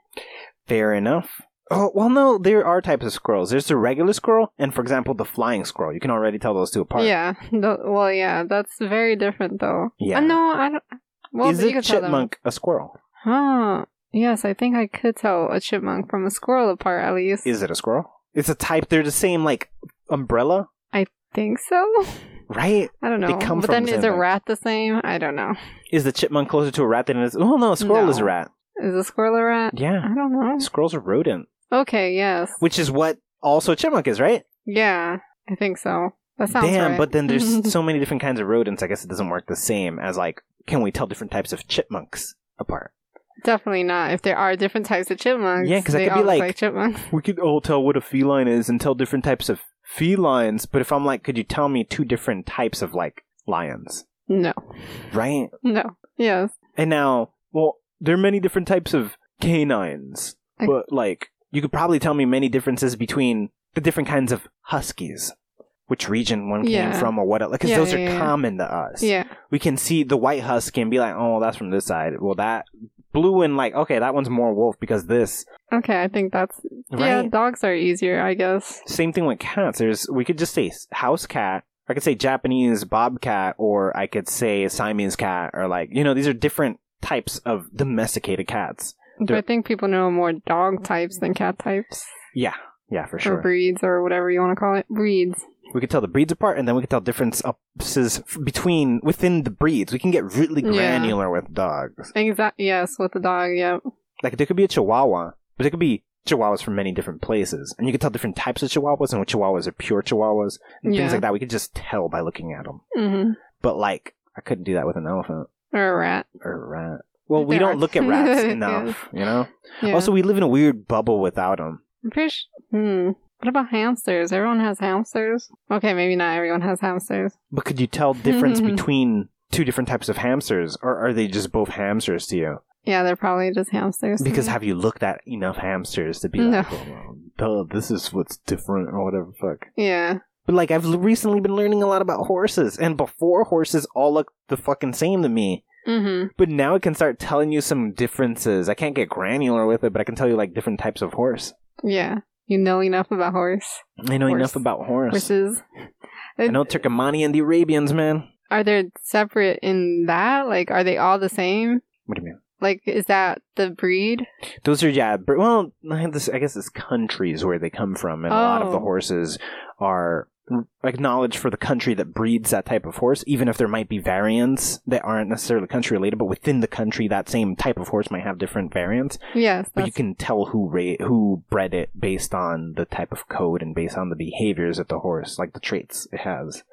S2: Fair enough. Oh, well no, there are types of squirrels. There's the regular squirrel and for example the flying squirrel. You can already tell those two apart.
S3: Yeah. The- well, yeah. That's very different, though.
S2: Yeah.
S3: Uh, no, I don't. Well,
S2: Is
S3: you
S2: a
S3: could tell them.
S2: chipmunk a squirrel?
S3: Huh. Yes, I think I could tell a chipmunk from a squirrel apart, at least.
S2: Is it a squirrel? It's a type. They're the same like umbrella,
S3: think so.
S2: right?
S3: I don't know.
S2: They come
S3: but
S2: from
S3: then
S2: the
S3: is
S2: same
S3: a
S2: thing.
S3: rat the same? I don't know.
S2: Is the chipmunk closer to a rat than it is? Oh no, a squirrel
S3: No.
S2: is a rat.
S3: Is a squirrel a rat?
S2: Yeah,
S3: I don't know.
S2: squirrel's a rodent,
S3: Okay, yes.
S2: which is what also a chipmunk is, right?
S3: Yeah, I think so. That sounds
S2: Damn,
S3: right.
S2: but then there's so many different kinds of rodents. I guess it doesn't work the same as like can we tell different types of chipmunks apart?
S3: definitely not. If there are different types of chipmunks,
S2: Yeah, 'cause I
S3: they
S2: could be
S3: all look
S2: like-
S3: chipmunks.
S2: We could all tell what a feline is and tell different types of felines. But if I'm like, could you tell me two different types of like lions?
S3: No,
S2: Right?
S3: no, yes,
S2: And now, well, there are many different types of canines,
S3: I-
S2: but like you could probably tell me many differences between the different kinds of huskies, which region one
S3: Yeah.
S2: came from, or what, because
S3: Yeah,
S2: those
S3: yeah,
S2: are
S3: yeah.
S2: common to us.
S3: yeah,
S2: We can see the white husky and be like, oh, that's from this side. Well, that blue and like, okay, that one's more wolf because this,
S3: okay. I think that's yeah.
S2: right?
S3: Dogs are easier, I guess.
S2: Same thing with cats. There's we could just say s- house cat. I could say Japanese bobcat, or I could say Siamese cat, or like you know, these are different types of domesticated cats.
S3: But
S2: They're-
S3: I think people know more dog types than cat types
S2: Yeah, yeah, for
S3: or
S2: sure.
S3: breeds or whatever you want to call it. Breeds.
S2: We could tell the breeds apart, and then we could tell differences f- between within the breeds. We can get really
S3: Yeah.
S2: granular with dogs.
S3: Exactly. Yes, with the dog. Yep.
S2: Like there could be a Chihuahua, but there could be Chihuahuas from many different places, and you could tell different types of Chihuahuas and what Chihuahuas are pure Chihuahuas and
S3: Yeah.
S2: things like that. We could just tell by looking at them.
S3: hmm
S2: But like, I couldn't do that with an elephant
S3: Or a rat.
S2: or a rat. Well,
S3: But
S2: we
S3: there
S2: don't
S3: are-
S2: look at rats
S3: Yes.
S2: enough, you know.
S3: Yeah.
S2: Also, we live in a weird bubble without them.
S3: I'm pretty su- hmm. What about hamsters? Everyone has hamsters. Okay, maybe not everyone has hamsters.
S2: But could you tell difference between two different types of hamsters, or are they just both hamsters to you?
S3: Yeah, they're probably just hamsters.
S2: Because have you looked at enough hamsters to be
S3: No.
S2: like, oh, well, duh, this is what's different or whatever the fuck?
S3: yeah,
S2: But like I've l- recently been learning a lot about horses, and before horses all looked the fucking same to me.
S3: Mm-hmm.
S2: But now I can start telling you some differences. I can't get granular with it, but I can tell you like different types of horse.
S3: Yeah. You know enough about horse.
S2: I know
S3: Horse.
S2: enough about horse.
S3: Horses.
S2: I know Turkomani and the Arabians, man.
S3: Are they separate in that? Like, are they all the same?
S2: What do you mean?
S3: Like, is that the breed?
S2: Those are yeah. Br- well, I this- I guess it's countries where they come from, and a lot of the
S3: Oh.
S2: horses are acknowledged for the country that breeds that type of horse. Even if there might be variants that aren't necessarily country related, but within the country, that same type of horse might have different variants.
S3: Yes.
S2: But
S3: That's,
S2: you can tell who ra- who bred it based on the type of code and based on the behaviors of the horse, like the traits it has.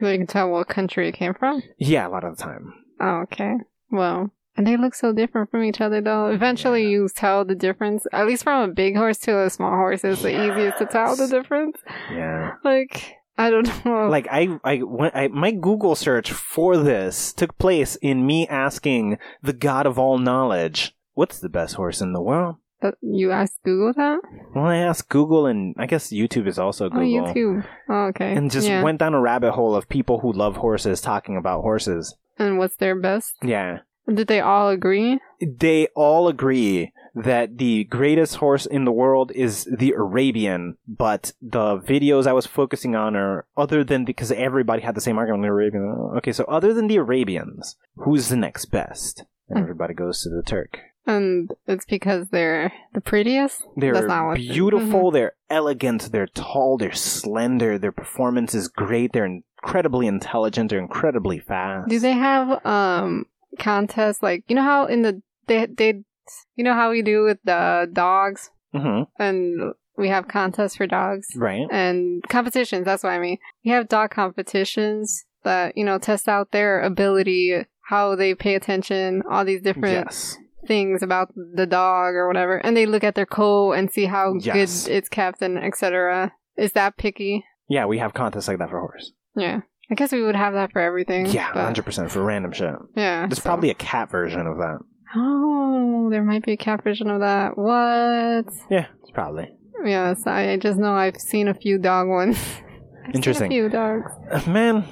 S3: so you can tell what country it came from.
S2: Yeah, a lot of the time.
S3: Oh, okay. Well, and they look so different from each other, though. Eventually, you tell the difference. At least from a big horse to a small horse, it's the easiest to tell the
S2: Yes.
S3: difference.
S2: Yeah.
S3: Like, I don't know.
S2: like I, I, went, I, my Google search for this took place in me asking the God of all knowledge, "What's the best horse in the world?"
S3: That- Uh, you asked Google that?
S2: Well, I asked Google, and I guess YouTube is also
S3: Oh,
S2: Google,
S3: YouTube. Oh, okay.
S2: and just
S3: yeah.
S2: went down a rabbit hole of people who love horses talking about horses.
S3: and what's their best?
S2: Yeah,
S3: Did they all agree?
S2: they all agree that the greatest horse in the world is the Arabian, but the videos I was focusing on are other than because everybody had the same argument. The Arabian, okay, so other than the Arabians, who's the next best? And
S3: Hmm.
S2: everybody goes to the Turk.
S3: And it's because they're the prettiest? That's
S2: They're
S3: not what- Mm-hmm.
S2: beautiful, they're elegant, they're tall, they're slender, their performance is great, they're incredibly intelligent, they're incredibly fast.
S3: Do they have um contests like you know how in the they they you know how we do with the dogs
S2: hmm
S3: and we have contests for dogs
S2: Right.
S3: and competitions, that's what I mean. We have dog competitions that, you know, test out their ability, how they pay attention, all these different
S2: Yes.
S3: things about the dog or whatever, and they look at their coat and see how
S2: Yes.
S3: good it's kept and etc. Is that picky?
S2: Yeah, we have contests like that for horse.
S3: Yeah, I guess we would have that for everything.
S2: Yeah,
S3: but-
S2: 100% for random shit.
S3: yeah.
S2: There's
S3: so-
S2: probably a cat version of that.
S3: Oh, there might be a cat version of that. What?
S2: Yeah, probably.
S3: Yes, I I just know I've seen a few dog ones. I've seen
S2: Interesting.
S3: a few dogs.
S2: Man,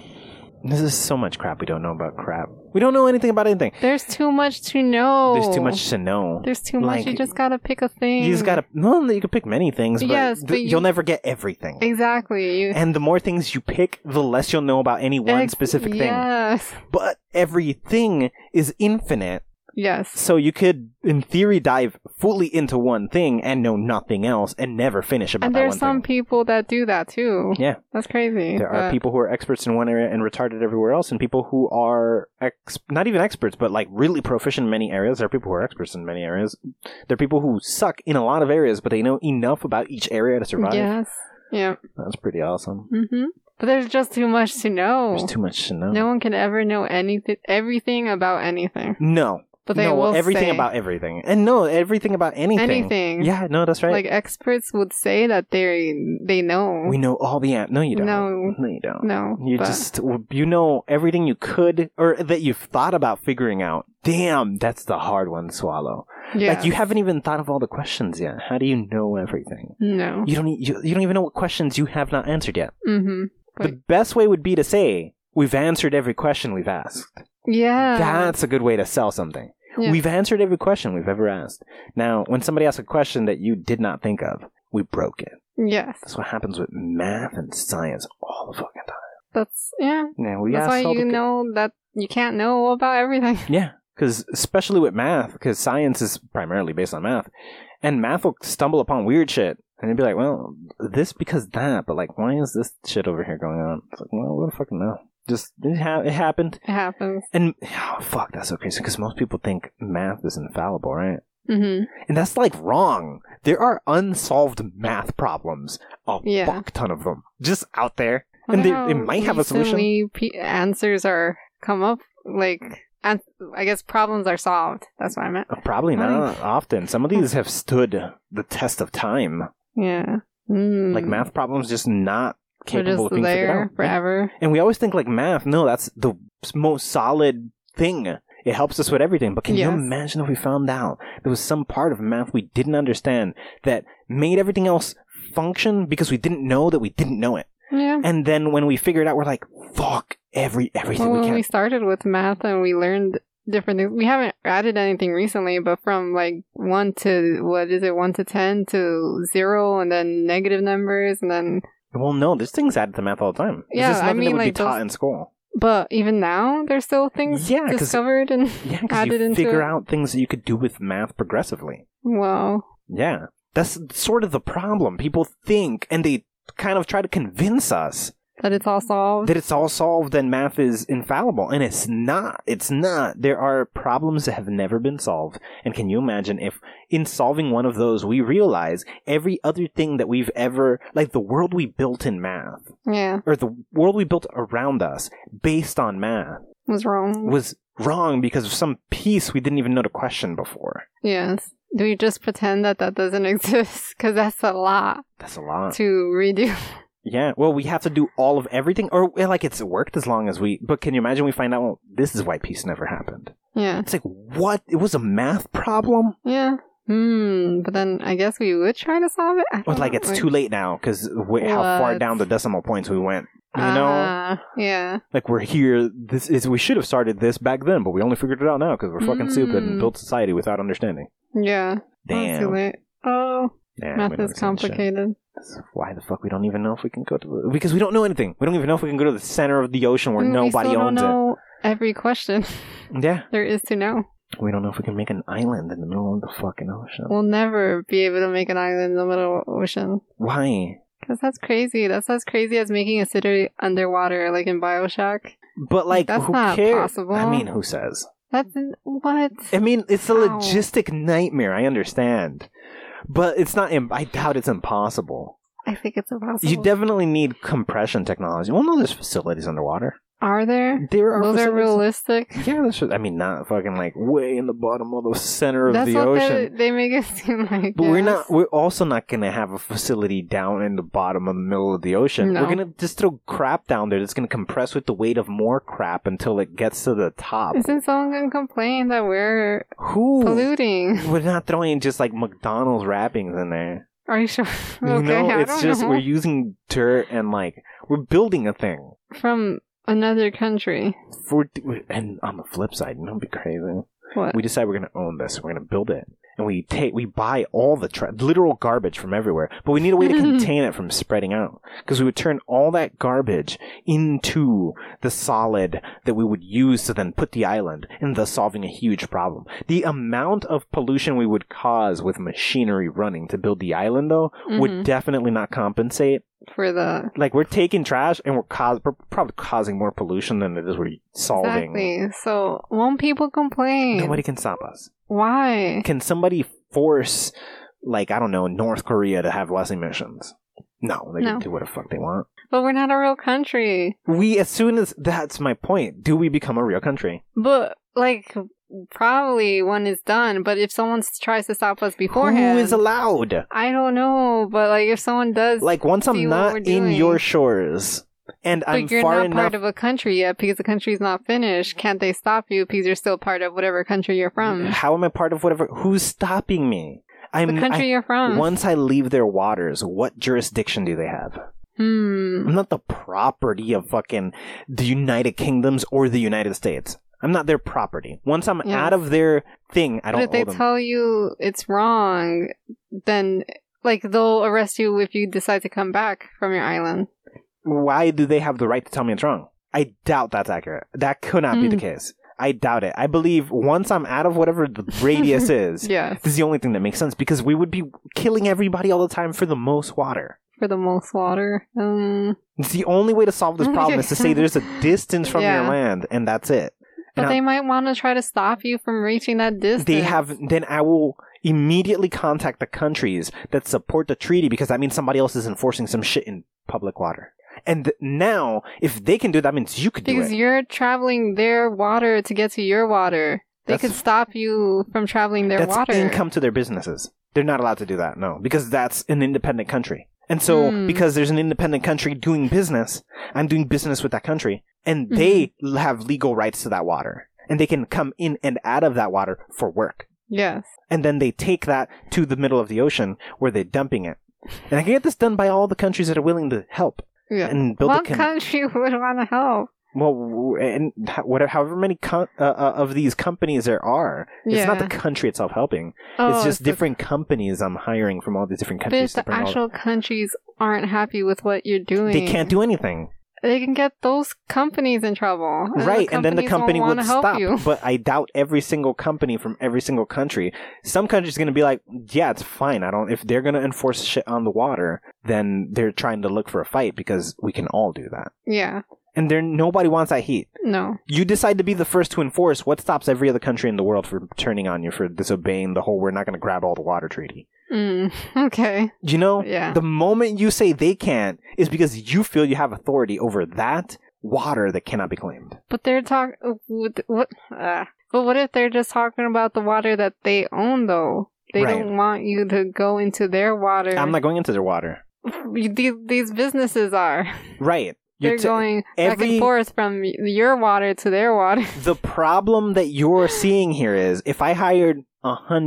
S2: this is so much crap we don't know about crap. We don't know anything about anything.
S3: There's too much to know.
S2: There's too much to know.
S3: There's too much.
S2: like-
S3: you just gotta pick a thing.
S2: You just gotta. Well, you can pick many things, but,
S3: Yes,
S2: th-
S3: but you-
S2: you'll never get everything.
S3: Exactly. You.
S2: And the more things you pick, the less you'll know about any one
S3: Ex-
S2: specific thing.
S3: Yes.
S2: But everything is infinite,
S3: Yes.
S2: so you could, in theory, dive fully into one thing and know nothing else, and never finish about
S3: And
S2: that
S3: there's
S2: one
S3: some
S2: thing.
S3: people that do that too.
S2: Yeah.
S3: That's crazy.
S2: There are
S3: but-
S2: people who are experts in one area and retarded everywhere else, and people who are ex- not even experts, but like really proficient in many areas. There are people who are experts in many areas. There are people who suck in a lot of areas, but they know enough about each area to survive.
S3: Yes. Yeah.
S2: That's pretty awesome.
S3: hmm But there's just too much to know.
S2: There's too much to know.
S3: no one can ever know anything, everything about anything.
S2: No.
S3: But they
S2: no,
S3: will
S2: everything
S3: say
S2: about everything, and no, everything about anything.
S3: Anything.
S2: Yeah, no, that's right.
S3: Like experts would say that they they know.
S2: we know all the an- no, you don't.
S3: No.
S2: no you don't.
S3: no.
S2: You
S3: but-
S2: just you know everything you could or that you've thought about figuring out. Damn, that's the hard one to swallow.
S3: yeah.
S2: Like you haven't even thought of all the questions yet. How do you know everything?
S3: no.
S2: You don't e- you, you don't even know what questions you have not answered yet.
S3: mm-hmm.
S2: the best way would be to say we've answered every question we've asked.
S3: Yeah.
S2: That's a good way to sell something.
S3: Uh-huh. Yeah.
S2: We've answered every question we've ever asked. Now, when somebody asks a question that you did not think of, we broke it.
S3: yes.
S2: That's what happens with math and science all the fucking time.
S3: That's yeah.
S2: Yeah, we
S3: That's
S2: asked
S3: why
S2: all
S3: you
S2: the
S3: know that you can't know about everything.
S2: Yeah, because especially with math, because science is primarily based on math, and math will stumble upon weird shit, and they'd be like, "Well, this because that," but like, why is this shit over here going on? It's like, well, what the fucking know? Just it, ha- it happened,
S3: It happens.
S2: and oh, fuck, that's so crazy because most people think math is infallible, right?
S3: Mm-hmm.
S2: And that's like wrong. There are unsolved math problems, a
S3: Yeah.
S2: fuck ton of them, just out there, and they, it might have a solution.
S3: Pe- answers are come up like an- I guess problems are solved. That's what I meant.
S2: Probably
S3: Why?
S2: not often. Some of these have stood the test of time.
S3: Yeah. Mm.
S2: like math problems just not
S3: They're
S2: capable of
S3: just
S2: being figured
S3: there
S2: out.
S3: forever.
S2: And we always think like math. No, that's the most solid thing. It helps us with everything. But can
S3: Yes.
S2: you imagine if we found out there was some part of math we didn't understand that made everything else function because we didn't know that we didn't know it?
S3: Yeah.
S2: And then when we figure it out, we're like, fuck every everything
S3: Well,
S2: we
S3: when
S2: can.
S3: we started with math and we learned different things, we haven't added anything recently, but from like one to what is it, one to ten to zero, and then negative numbers, and then
S2: well, no, there's things added to math all the time. It's
S3: Yeah,
S2: just
S3: I
S2: nothing
S3: mean,
S2: that would
S3: like,
S2: be taught
S3: those-
S2: in school.
S3: but even now there's still things
S2: Yeah, 'cause-
S3: discovered and
S2: Yeah, because
S3: added
S2: you
S3: into
S2: figure
S3: it.
S2: out things that you could do with math progressively.
S3: wow.
S2: Yeah. That's sort of the problem. People think and they kind of try to convince us
S3: That it's all solved.
S2: that it's all solved and math is infallible. And it's not. It's not. There are problems that have never been solved. And can you imagine if in solving one of those we realize every other thing that we've ever like the world we built in math
S3: yeah,
S2: or the world we built around us based on math
S3: was wrong.
S2: was wrong because of some piece we didn't even know to question before.
S3: yes. Do we just pretend that that doesn't exist? Because that's a lot
S2: That's a lot.
S3: to redo.
S2: Yeah, well, we have to do all of everything, or well, like it's worked as long as we. But can you imagine we find out well, this is why peace never happened?
S3: yeah.
S2: It's like what? It was a math problem.
S3: Yeah. Hmm. But then I guess we would try to solve it. I
S2: Well,
S3: don't
S2: like
S3: know,
S2: it's too late now because how far
S3: What?
S2: down the decimal points we went. You know,
S3: Ah, yeah.
S2: like we're here. This is we should have started this back then, but we only figured it out now because we're fucking stupid and
S3: Mm.
S2: built society without understanding.
S3: Yeah. That's too
S2: Damn,
S3: late. Oh,
S2: Yeah, we
S3: math
S2: don't
S3: is
S2: understand shit.
S3: complicated.
S2: That's why the fuck we don't even know if we can go to the, because we don't know anything. We don't even know if we can go to the center of the ocean where
S3: Mm,
S2: nobody
S3: we still
S2: owns
S3: don't know every question
S2: it. Yeah.
S3: there is to know.
S2: We don't know if we can make an island in the middle of the fucking ocean.
S3: We'll never be able to make an island in the middle of the ocean.
S2: Why?
S3: Because that's crazy. That's as crazy as making a city underwater, like in Bioshock.
S2: But like,
S3: That's
S2: who
S3: not
S2: cares?
S3: possible.
S2: I mean, who says?
S3: That's what?
S2: I mean, it's a
S3: How?
S2: logistic nightmare. I understand, but it's not. Im- I doubt it's impossible.
S3: I think it's impossible.
S2: You definitely need compression technology. Well, no, there's facilities underwater.
S3: are there?
S2: There are
S3: Those are
S2: facilities-
S3: realistic.
S2: Yeah, that's. I mean, not fucking like way in the bottom of the center of
S3: That's
S2: the
S3: what
S2: ocean.
S3: they- they make it seem like.
S2: But we're
S3: yes.
S2: not. We're also not going to have a facility down in the bottom of the middle of the ocean.
S3: No.
S2: We're going to just throw crap down there that's going to compress with the weight of more crap until it gets to the top.
S3: Isn't someone gonna complain that we're
S2: Who?
S3: polluting?
S2: We're not throwing just like McDonald's wrappings in there.
S3: Are you sure?
S2: You know,
S3: I
S2: it's
S3: don't
S2: just
S3: know.
S2: we're using dirt and like we're building a thing.
S3: from another country.
S2: We're, and on the flip side, you know, it'd be crazy.
S3: What?
S2: we decide we're going to own this. We're going to build it. And we take, we buy all the tra- literal garbage from everywhere, but we need a way to contain it from spreading out because we would turn all that garbage into the solid that we would use to then put the island, and thus solving a huge problem. The amount of pollution we would cause with machinery running to build the island, though, would
S3: Mhm.
S2: definitely not compensate.
S3: for the
S2: Like we're taking trash, and we're cause- we're probably causing more pollution than it is we're solving.
S3: exactly. So won't people complain?
S2: Nobody can stop us
S3: Why?
S2: can somebody force like I don't know North Korea to have less emissions? No, they can
S3: No.
S2: do what the fuck they want.
S3: But we're not a real country.
S2: We as soon as that's my point. Do we become a real country?
S3: But like, probably one is done. But if someone s- tries to stop us beforehand,
S2: Who is allowed?
S3: I don't know. But like, if someone does,
S2: Like once I'm
S3: See what
S2: not
S3: we're
S2: in
S3: doing.
S2: your shores and
S3: but
S2: I'm
S3: you're
S2: far
S3: not
S2: enough,
S3: part of a country yet because the country's not finished. Can't they stop you because you're still part of whatever country you're from?
S2: how am I part of whatever? Who's stopping me? I'm
S3: the country
S2: Mm, I-
S3: you're from.
S2: Once I leave their waters, what jurisdiction do they have?
S3: hmm.
S2: I'm not the property of fucking the United Kingdoms or the United States. I'm not their property. Once I'm
S3: Yes.
S2: out of their thing, I
S3: But
S2: don't
S3: if they
S2: owe them.
S3: tell you it's wrong, then like they'll arrest you if you decide to come back from your island.
S2: Why do they have the right to tell me it's wrong? I doubt that's accurate. That could not be the
S3: Mm.
S2: case. I doubt it. I believe once I'm out of whatever the radius is,
S3: Yes,
S2: this is the only thing that makes sense because we would be killing everybody all the time for the most water.
S3: for the most water. Um,
S2: It's the only way to solve this problem is to say there's a distance from
S3: Yeah.
S2: your land and that's it.
S3: but
S2: And I-
S3: they might want to try to stop you from reaching that distance.
S2: they have then I will immediately contact the countries that support the treaty because that means somebody else is enforcing some shit in public water. And now, if they can do it, that means you could do
S3: because
S2: it.
S3: you're traveling their water to get to your water. They
S2: That's-
S3: could stop you from traveling their
S2: that's
S3: water.
S2: income to their businesses. They're not allowed to do that, no, because that's an independent country. And so,
S3: Hmm.
S2: because there's an independent country doing business, I'm doing business with that country, and they
S3: Mm-hmm.
S2: l- have legal rights to that water, and they can come in and out of that water for work.
S3: Yes,
S2: and then they take that to the middle of the ocean where they're dumping it. And I can get this done by all the countries that are willing to help.
S3: Yeah.
S2: and build
S3: what
S2: a con-
S3: country would want to help?
S2: well, w- and ho- whatever, however many co- uh, uh, of these companies there are, it's not the country itself helping.
S3: Oh,
S2: it's just
S3: the-
S2: different companies I'm hiring from all these different
S3: but
S2: countries.
S3: if the
S2: to bring all-
S3: actual countries aren't happy with what you're doing,
S2: they can't do anything,
S3: They can get those companies in trouble, the
S2: right? And then the
S3: companies won't
S2: company would
S3: wanna help
S2: stop.
S3: You.
S2: But I doubt every single company from every single country. Some countries going to be like, "Yeah, it's fine. I don't." If they're going to enforce shit on the water, then they're trying to look for a fight because we can all do that.
S3: Yeah,
S2: And there, nobody wants that heat.
S3: no,
S2: you decide to be the first to enforce what stops every other country in the world from turning on you for disobeying the whole we're not going to grab all the water treaty
S3: mm, okay,
S2: you know
S3: Yeah.
S2: the moment you say they can't is because you feel you have authority over that water that cannot be claimed
S3: but they're talking. What? Uh, but what if they're just talking about the water that they own, though? They
S2: Right.
S3: don't want you to go into their water.
S2: i'm not going into their water
S3: You- These, these businesses are.
S2: right You're
S3: They're
S2: t-
S3: going back
S2: every-
S3: and forth from y- your water to their water.
S2: the problem that you're seeing here is if i hired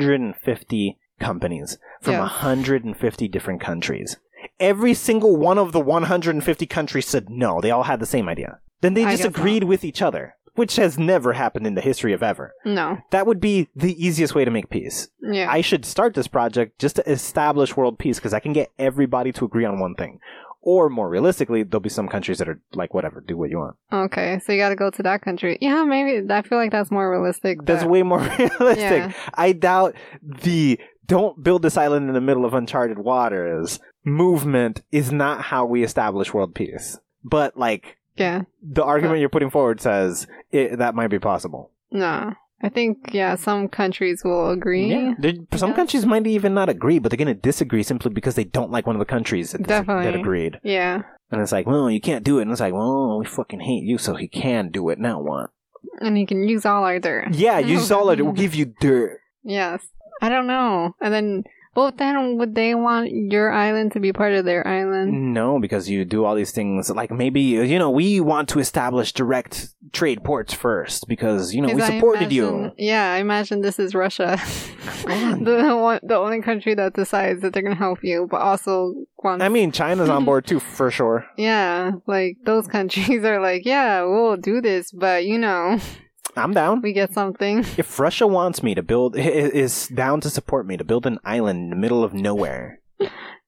S2: 150 companies from
S3: Yeah.
S2: 150 different countries every single one of the 150 countries said no they all had the same idea then they
S3: I
S2: just
S3: guess
S2: agreed with each other which has never happened in the history of ever
S3: No.
S2: that would be the easiest way to make peace
S3: Yeah.
S2: i should start this project just to establish world peace because i can get everybody to agree on one thing or more realistically there'll be some countries that are like whatever do what you want
S3: okay, so you got to go to that country. Yeah, maybe. I feel like that's more realistic.
S2: That's
S3: but-
S2: way more realistic.
S3: Yeah.
S2: I doubt the don't build this island in the middle of uncharted waters movement is not how we establish world peace. But like
S3: yeah.
S2: the argument you're putting forward says it, that might be possible.
S3: No. I think yeah, some countries will agree.
S2: There- some
S3: Yeah.
S2: countries might even not agree, but they're going to disagree simply because they don't like one of the countries that, dis- that
S3: Definitely.
S2: agreed.
S3: Yeah.
S2: And it's like, well, you can't do it. And it's like, well, we fucking hate you, so he can do it now. What?
S3: And you can use all our dirt.
S2: Yeah, you saw it. We'll give you dirt.
S3: Yes. I don't know. And then but then would they want your island to be part of their island?
S2: No, because you do all these things. Like maybe you know we want to establish direct trade ports first because you know we
S3: 'Cause I
S2: supported you.
S3: imagine- Yeah, I imagine this is Russia.
S2: on.
S3: the one, the only country that decides that they're gonna help you, but also wants
S2: I mean, China's on board too for sure.
S3: Yeah. Like those countries are like, Yeah, we'll do this, but you know,
S2: I'm down.
S3: we get something.
S2: If Russia wants me to build, i- i- is down to support me to build an island in the middle of nowhere,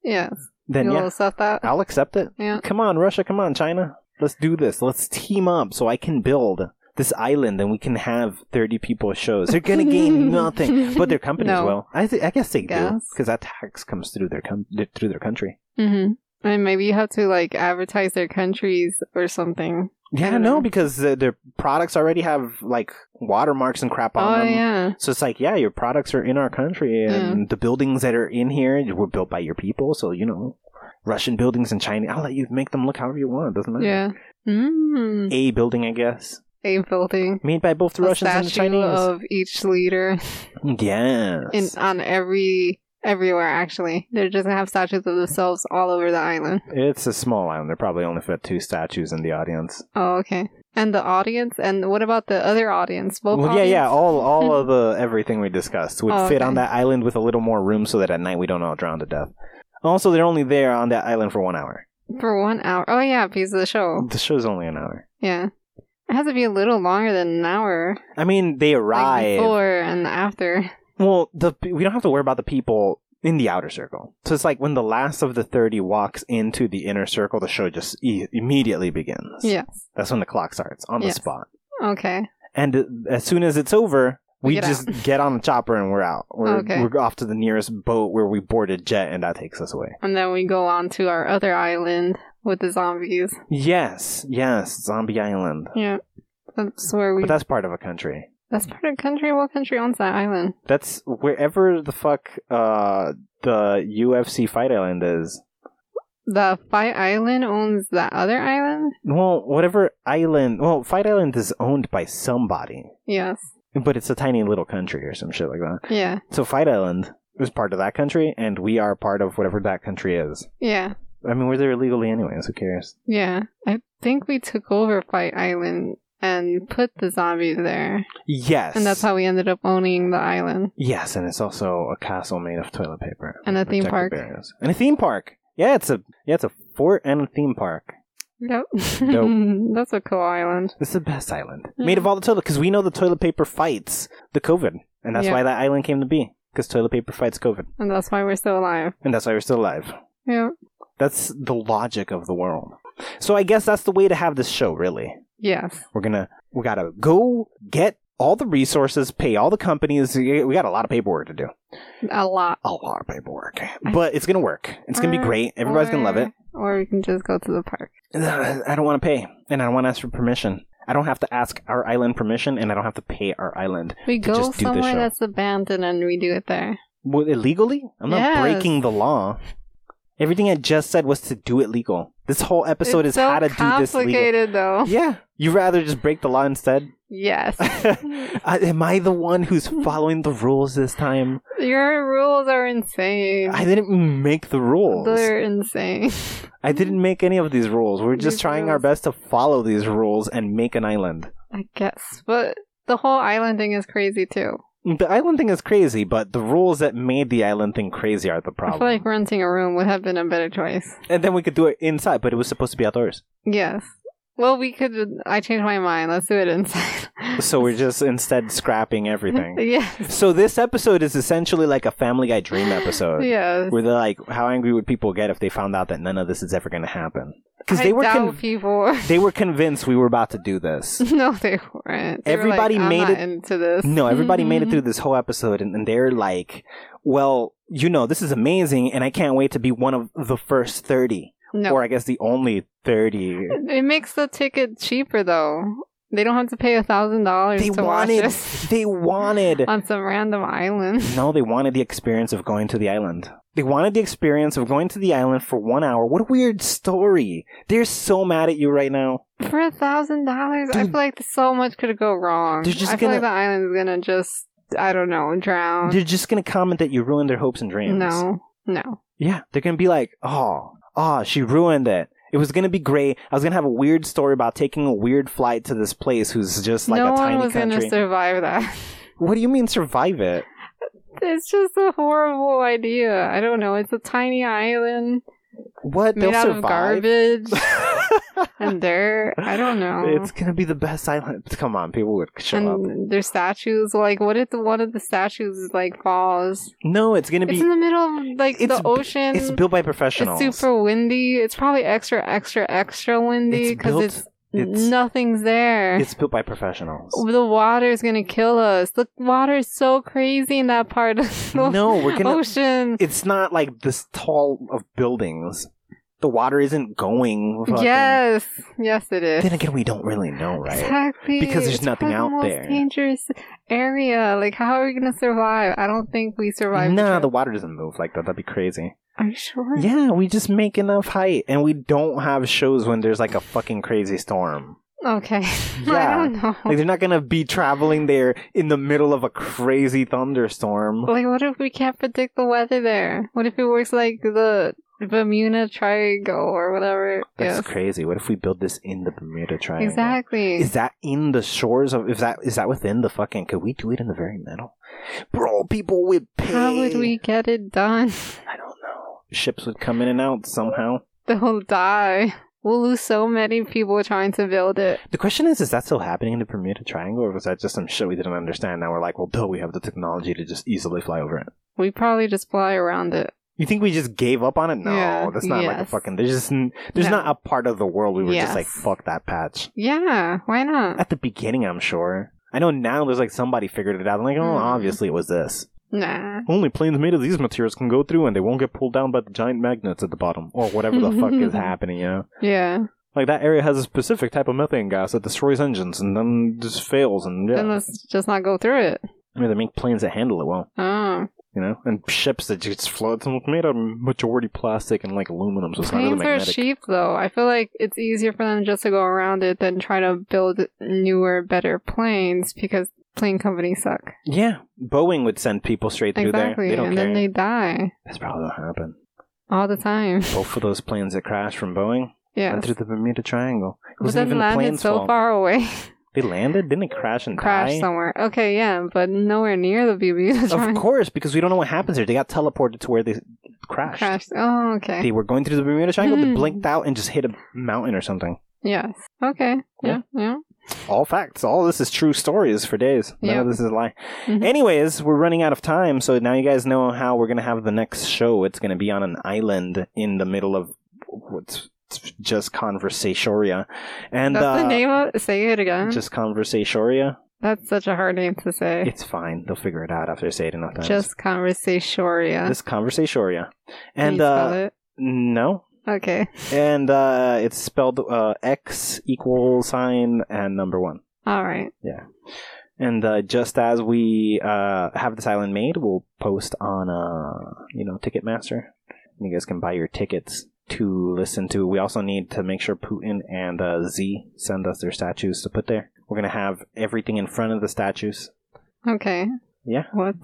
S3: Yes.
S2: then
S3: You'll
S2: yeah,
S3: accept that.
S2: I'll accept it.
S3: Yeah.
S2: Come on, Russia. Come on, China. Let's do this. Let's team up so I can build this island and we can have 30 people shows. They're going to gain nothing, but their companies
S3: No.
S2: will. I, th- I guess they do
S3: Guess.
S2: because that tax comes through their com- through their country.
S3: hmm And maybe you have to like advertise their countries or something.
S2: Yeah,
S3: don't
S2: no,
S3: know.
S2: because the, their products already have like watermarks and crap on
S3: oh
S2: them.
S3: yeah,
S2: So it's like, yeah, your products are in our country, and the buildings that are in here were built by your people. So you know, Russian buildings and Chinese. I'll let you make them look however you want. Doesn't matter.
S3: yeah. Mm.
S2: A building, I guess,
S3: A building.
S2: made by both the
S3: A
S2: Russians and the
S3: statue
S2: Chinese.
S3: of each leader
S2: Yes.
S3: in on every everywhere. Actually, they're just gonna have statues of themselves all over the island.
S2: it's a small island. There probably only fit two statues in the audience.
S3: Oh okay. And the audience. And what about the other audience? Both.
S2: well, yeah, yeah.
S3: audience?
S2: All all of the everything we discussed would
S3: Oh,
S2: fit
S3: okay.
S2: on that island with a little more room, so that at night we don't all drown to death. Also, they're only there on that island for one hour.
S3: For one hour. Oh yeah, piece of the show.
S2: The show's only an hour.
S3: Yeah. It has to be a little longer than an hour,
S2: I mean, they
S3: like
S2: arrive.
S3: before and after.
S2: well, the we don't have to worry about the people in the outer circle. So it's like when the last of the thirty walks into the inner circle, the show just e- immediately begins.
S3: Yes.
S2: that's when the clock starts on
S3: Yes.
S2: the spot.
S3: Okay.
S2: And uh, as soon as it's over, we
S3: Get
S2: just get on the chopper and we're out. We're,
S3: Okay.
S2: we're off to the nearest boat where we board a jet, and that takes us away.
S3: And then we go on to our other island with the zombies.
S2: Yes, yes, Zombie Island.
S3: Yeah. That's where we.
S2: But that's part of a country.
S3: that's part of country. What country owns that island?
S2: That's wherever the fuck uh, the UFC Fight Island is.
S3: The Fight Island owns that other island?
S2: Well, whatever island. Well, Fight Island is owned by somebody,
S3: Yes.
S2: but it's a tiny little country or some shit like that.
S3: Yeah.
S2: So Fight Island is part of that country, and we are part of whatever that country is.
S3: Yeah.
S2: I mean, we're there illegally, anyways. Who cares?
S3: Yeah. I think we took over Fight Island and put the zombies there.
S2: Yes.
S3: And that's how we ended up owning the island.
S2: Yes, and it's also a castle made of toilet paper
S3: And a
S2: with
S3: theme
S2: protective
S3: park.
S2: barriers. And a theme park. Yeah, it's a yeah, it's a fort and a theme park.
S3: Nope.
S2: Nope.
S3: That's a cool island.
S2: It's the best island.
S3: Mm.
S2: Made of all the toilet, because we know the toilet paper fights the COVID. And that's
S3: Yeah.
S2: why that island came to be, because toilet paper fights COVID.
S3: And that's why we're still alive.
S2: And that's why we're still alive.
S3: Yeah.
S2: That's the logic of the world. So I guess that's the way to have this show, really.
S3: Yes.
S2: We're gonna, we gotta go get all the resources, pay all the companies. We got a lot of paperwork to do.
S3: A lot.
S2: A lot of paperwork. But it's gonna work. It's gonna be
S3: Or-
S2: great. Everybody's gonna
S3: mm.
S2: love it. uh,
S3: Or we can just go to the park.
S2: I don't want to pay, and I don't want to ask for permission. I don't have to ask our island permission, and I don't have to pay our island.
S3: We
S2: To
S3: go
S2: just do the
S3: somewhere
S2: show.
S3: that's abandoned and we do it there.
S2: Well, illegally? I'm not
S3: Yes.
S2: breaking the law. Everything I just said was to do it legal. This whole episode
S3: it's
S2: is
S3: so
S2: how to do this legal.
S3: complicated though.
S2: Yeah, you rather just break the law instead.
S3: Yes. Mm.
S2: I, am I the one who's following the rules this time?
S3: Your rules are insane.
S2: I didn't make the rules.
S3: They're insane.
S2: I didn't make any of these rules. We're just
S3: Mm-hmm. These
S2: trying our
S3: rules.
S2: best to follow these rules and make an island.
S3: I guess. But the whole island thing is crazy too.
S2: The island thing is crazy, but the rules that made the island thing crazy are the
S3: I feel
S2: problem.
S3: like renting a room would have been a better choice.
S2: and then we could do it inside, but it was supposed to be outdoors.
S3: Yes. Well, we could. I changed my mind. Let's do it inside.
S2: So we're just instead scrapping everything.
S3: yes.
S2: so this episode is essentially like a Family Guy dream episode.
S3: Yes.
S2: Where they're like, how angry would people get if they found out that none of this is ever going to happen? Because
S3: I
S2: they were
S3: doubt
S2: con-
S3: people.
S2: they were convinced we were about to do this.
S3: no, they weren't. They were like,
S2: Everybody
S3: "I'm
S2: made
S3: not
S2: it-
S3: into this.
S2: No, everybody
S3: Mm-hmm.
S2: made it through this whole episode, and, and they're like, well, you know, this is amazing, and I can't wait to be one of the first 30.
S3: No,
S2: Or I guess the only 30.
S3: it makes the ticket cheaper though. They don't have to pay a thousand dollars
S2: They
S3: to
S2: wanted.
S3: watch us
S2: They wanted.
S3: on some random island.
S2: No, they wanted the experience of going to the island. They wanted the experience of going to the island for one hour. What a weird story. They're so mad at you right now.
S3: For a thousand dollars, I
S2: Dude.
S3: feel like so much could go wrong.
S2: They're just
S3: I feel
S2: gonna-
S3: like the island's gonna just, I don't know, drown.
S2: They're just going to comment that you ruined their hopes and dreams.
S3: Uh-huh. No, no.
S2: Yeah. They're going to be like, oh, oh, she ruined it. It was going to be great. I was going to have a weird story about taking a weird flight to this place who's just like
S3: no
S2: a
S3: one
S2: tiny
S3: was
S2: country.
S3: gonna survive that.
S2: what do you mean survive it?
S3: it's just a horrible idea. I don't know. It's a tiny island
S2: What?
S3: made
S2: They'll
S3: out of
S2: survive?
S3: garbage and dirt. I don't know.
S2: it's going to be the best island. Come on, people would show up.
S3: and there's statues. Like, what if the, one of the statues like falls?
S2: No, it's going to be.
S3: It's in the middle of like
S2: It's
S3: the
S2: b-
S3: ocean.
S2: It's built by
S3: It's
S2: professionals.
S3: super windy. It's probably extra, extra, extra windy
S2: It's
S3: because
S2: built-
S3: it's,
S2: it's-
S3: nothing's there.
S2: It's built by professionals.
S3: the water's gonna kill us. The water's so crazy in that part of the
S2: No, we're
S3: oh,
S2: gonna.
S3: ocean.
S2: It's not like this tall of buildings. The water isn't going. Fucking,
S3: Yes, yes, it is.
S2: Then again, we don't really know, right?
S3: Exactly.
S2: Because there's
S3: It's
S2: nothing
S3: probably
S2: out
S3: the most
S2: there.
S3: Dangerous area. Like, how are we gonna survive? I don't think we survive.
S2: Nah, the
S3: trip.
S2: water doesn't move like that. That'd be crazy.
S3: are you sure?
S2: Yeah, we just make enough height, and we don't have shows when there's like a fucking crazy storm.
S3: Okay. I
S2: Yeah.
S3: don't know.
S2: Like they're not gonna be traveling there in the middle of a crazy thunderstorm.
S3: Like, what if we can't predict the weather there? What if it works like the Bermuda Triangle or whatever?
S2: That's
S3: Yes.
S2: crazy. What if we build this in the Bermuda Triangle?
S3: Exactly.
S2: Is that in the shores of? Is that is that within the fucking? Could we do it in the very middle, bro? People would pay.
S3: How would we get it done?
S2: I don't know. Ships would come in and out somehow.
S3: They'll die. We'll lose so many people trying to build it.
S2: The question is, is that still happening in the Bermuda Triangle, or was that just some shit we didn't understand? Now we're like, well, duh, we have the technology to just easily fly over it.
S3: We probably just fly around it.
S2: You think we just gave up on it? No,
S3: Yeah,
S2: that's not like a
S3: yes.
S2: fucking. There's just n- there's
S3: No.
S2: not a part of the world we were just
S3: Yes.
S2: like, fuck that patch.
S3: Yeah, why not?
S2: At the beginning, I'm sure. I know now there's like somebody figured it out. I'm like, oh,
S3: Mm.
S2: obviously it was this.
S3: Nah.
S2: Only planes made of these materials can go through and they won't get pulled down by the giant magnets at the bottom or whatever the fuck is happening, you know?
S3: Yeah.
S2: Like that area has a specific type of methane gas that destroys engines and then just fails and yeah.
S3: Then let's just not go through it.
S2: I mean, they make planes that handle it well,
S3: Oh.
S2: you know? And ships that just float. It's made of majority plastic and like aluminum, so it's not really
S3: Planes are
S2: magnetic.
S3: cheap, though. I feel like it's easier for them just to go around it than try to build newer, better planes because plane companies suck.
S2: yeah. Boeing would send people straight through
S3: Exactly.
S2: there. They don't
S3: and
S2: care.
S3: then they die
S2: That's probably what happened.
S3: all the time.
S2: Both of those planes that crashed from Boeing
S3: Yeah.
S2: went through the Bermuda Triangle. It
S3: But
S2: wasn't
S3: then
S2: even the
S3: landed
S2: plane's
S3: so
S2: fault.
S3: far away.
S2: They landed? Didn't it crash and
S3: Crash
S2: die?
S3: somewhere. Okay, yeah, but nowhere near the BB.
S2: Of course, because we don't know what happens here. They got teleported to where they crashed.
S3: Crashed. Oh, okay.
S2: They were going through the Bermuda Triangle, they
S3: Hmm.
S2: blinked out and just hit a mountain or something.
S3: Yes. Okay.
S2: Yeah.
S3: Yeah. Yeah.
S2: All facts. All this is true stories for days. None of
S3: Yep.
S2: this is a lie.
S3: Mhm.
S2: Anyways, we're running out of time, so now you guys know how we're gonna have the next show. It's gonna be on an island in the middle of what's just conversatoria, and
S3: That's
S2: uh,
S3: the name of. Say it again.
S2: just conversatoria.
S3: That's such a hard name to say.
S2: It's fine. They'll figure it out after I say it enough times.
S3: Just conversatoria.
S2: this conversatoria,
S3: Can
S2: and
S3: you spell
S2: uh,
S3: it?
S2: no,
S3: Okay.
S2: and uh, it's spelled uh, X equal sign and number one.
S3: All right.
S2: And uh, just as we uh, have this island made, we'll post on uh, you know Ticketmaster. And you guys can buy your tickets to listen to. We also need to make sure Putin and uh, Z send us their statues to put there. We're gonna have everything in front of the statues.
S3: Okay.
S2: Yeah.
S3: What?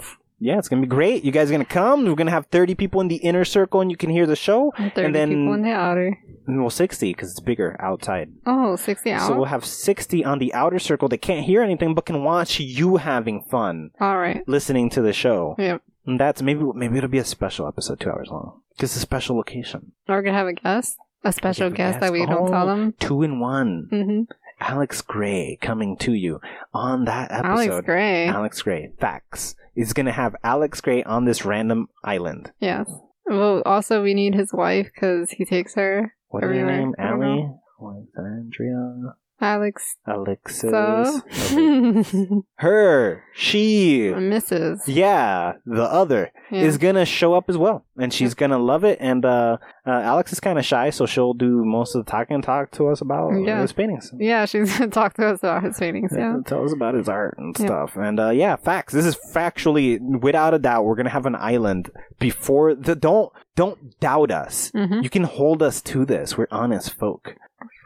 S2: Yeah, it's gonna be great. You guys are gonna come. We're gonna have thirty people in the inner circle, and you can hear the show.
S3: Thirty
S2: then-
S3: people in the outer.
S2: Well, sixty because it's bigger outside.
S3: Oh, 60 out.
S2: So we'll have sixty on the outer circle. They can't hear anything, but can watch you having fun
S3: All right.
S2: listening to the show.
S3: Yep.
S2: And that's maybe maybe it'll be a special episode, two hours long, because a special location,
S3: We're gonna have a guest, a special
S2: have a
S3: guest
S2: guest.
S3: that we don't
S2: Oh.
S3: tell them.
S2: two in one.
S3: hmm
S2: Alex Gray coming to you on that episode.
S3: Alex Gray.
S2: Alex Gray, facts is gonna have Alex Gray on this random island.
S3: Yes. Well, also we need his wife because he takes her.
S2: What is her
S3: Everywhere.
S2: name?
S3: I don't
S2: Allie, Alexandria,
S3: Alex.
S2: Alexis.
S3: So.
S2: Okay. Her, she,
S3: Mrs.
S2: yeah, the other
S3: Yeah.
S2: is gonna show up as well, and she's gonna love it. And uh, uh, Alex is kind of shy, so she'll do most of the talking and talk to us about
S3: Yeah.
S2: his paintings.
S3: Yeah, she's gonna talk to us about his paintings. Yeah.
S2: Tell us about his art and
S3: Yeah.
S2: stuff. And uh, yeah, facts. This is factually, without a doubt, we're gonna have an island before the don't don't doubt us.
S3: hmm
S2: You can hold us to this. We're honest folk.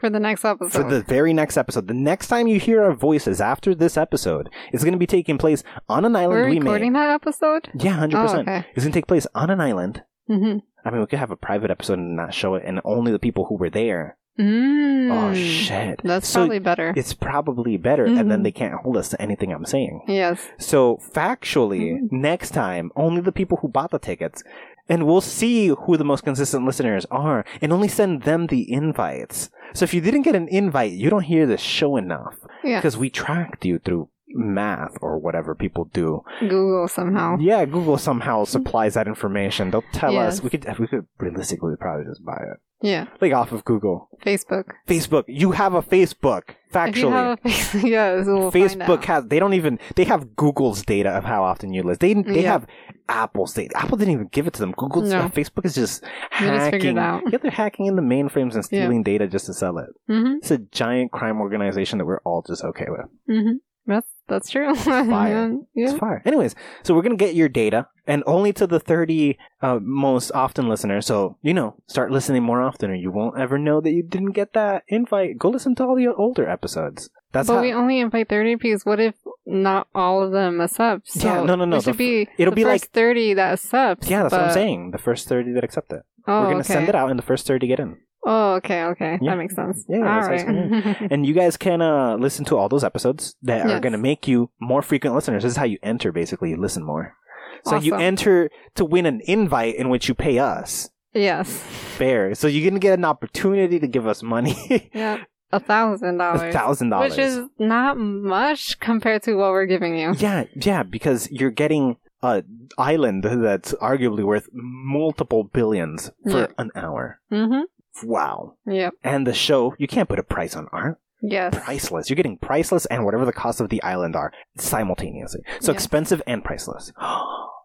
S3: For the next episode.
S2: For the very next episode, the next time you hear our voices after this episode, it's gonna be taking place on an island
S3: We're
S2: we
S3: recording
S2: made.
S3: that episode.
S2: Yeah, hundred
S3: Oh,
S2: percent.
S3: okay.
S2: It's gonna take place on an island.
S3: Mm-hmm.
S2: I mean, we could have a private episode and not show it, and only the people who were there.
S3: Mm.
S2: Oh shit!
S3: That's
S2: So
S3: probably better.
S2: It's probably better, and then
S3: Mhm.
S2: they can't hold us to anything I'm saying.
S3: Yes.
S2: So factually,
S3: Mhm.
S2: next time, only the people who bought the tickets, and we'll see who the most consistent listeners are, and only send them the invites. So if you didn't get an invite, you don't hear the show enough
S3: Yeah.
S2: because we tracked you through math or whatever people do.
S3: Google somehow.
S2: Yeah, Google somehow supplies that information. They'll tell us
S3: Mm-hmm. Yes.
S2: we could we could realistically probably just buy it
S3: Yeah.
S2: like off of Google.
S3: Facebook.
S2: Facebook, you have a Facebook.
S3: If you
S2: Factually,
S3: have a Facebook, yes, we'll find
S2: Facebook
S3: out.
S2: has they don't even they have Google's data of how often you list. They they
S3: Yeah.
S2: have Apple's data. Apple didn't even give it to them. Google's
S3: No.
S2: uh, Facebook is just
S3: They just
S2: hacking.
S3: figured it out.
S2: Yeah, they're hacking in the mainframes and
S3: Yeah.
S2: stealing data just to sell it.
S3: Mm-hmm.
S2: It's a giant crime organization that we're all just okay with.
S3: Mm-hmm. That's that's true.
S2: fire.
S3: yeah.
S2: It's fire. Anyways, so we're gonna get your data and only to the thirty uh, most often listeners. So you know, start listening more often, or you won't ever know that you didn't get that invite. Go listen to all the older episodes. That's
S3: but
S2: how
S3: we only invite 30 because what if not all of them accept? So
S2: Yeah, no, no, no,
S3: It
S2: the
S3: should be,
S2: it'll
S3: the
S2: be
S3: first
S2: like-
S3: 30 that accept.
S2: Yeah, that's what I'm
S3: but-
S2: saying. The first 30 that accept it.
S3: Oh,
S2: We're going to
S3: okay.
S2: send it out and the first 30 get in.
S3: Oh, okay, okay.
S2: Yeah.
S3: That makes sense.
S2: Yeah,
S3: all
S2: that's what
S3: right.
S2: it's And you guys can uh, listen to all those episodes that are
S3: Yes.
S2: going to make you more frequent listeners. This is how you enter, basically. You listen more. So you
S3: Awesome.
S2: enter to win an invite in which you pay us.
S3: yes.
S2: Fair. So you're going to get an opportunity to give us money.
S3: Yeah. A thousand
S2: A
S3: dollars.
S2: thousand dollars.
S3: Which is not much compared to what we're giving you.
S2: Yeah, yeah, because you're getting a island that's arguably worth multiple billions for
S3: Yeah.
S2: an hour.
S3: Mm-hmm.
S2: Wow.
S3: Yep.
S2: And the show, you can't put a price on art.
S3: Yes.
S2: priceless. You're getting priceless and whatever the cost of the island are simultaneously. So
S3: Yeah. Mm.
S2: expensive and priceless.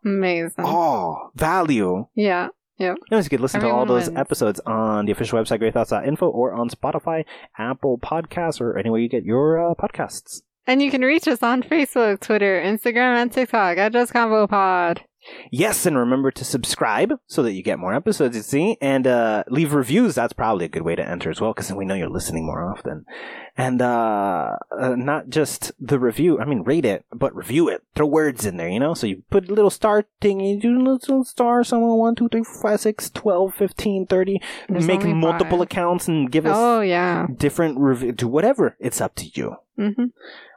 S3: Amazing.
S2: oh, value.
S3: Yeah.
S2: Anyways, you can listen to all
S3: Everyone
S2: those
S3: wins.
S2: episodes on the official website, greatthoughts.info, or on Spotify, Apple Podcasts, or anywhere you get your uh, podcasts.
S3: And you can reach us on Facebook, Twitter, Instagram, and TikTok at Just Combo Pod.
S2: Yes, and remember to subscribe so that you get more episodes, you see, and uh, leave reviews. That's probably a good way to enter as well, because we know you're listening more often. And uh, uh, not just the review, I mean, rate it, but review it. Throw words in there, you know? So you put a little star thing, you do a little star, someone, 1, 2, 3, 4, 5, 6, 12, 15, 30.
S3: There's
S2: make
S3: only
S2: multiple
S3: five.
S2: accounts and give us
S3: Oh, yeah.
S2: different review. Do whatever. It's up to you.
S3: Mm-hmm.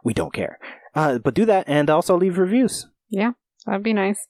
S2: We don't care. Uh, but do that and also leave reviews.
S3: That'd be nice.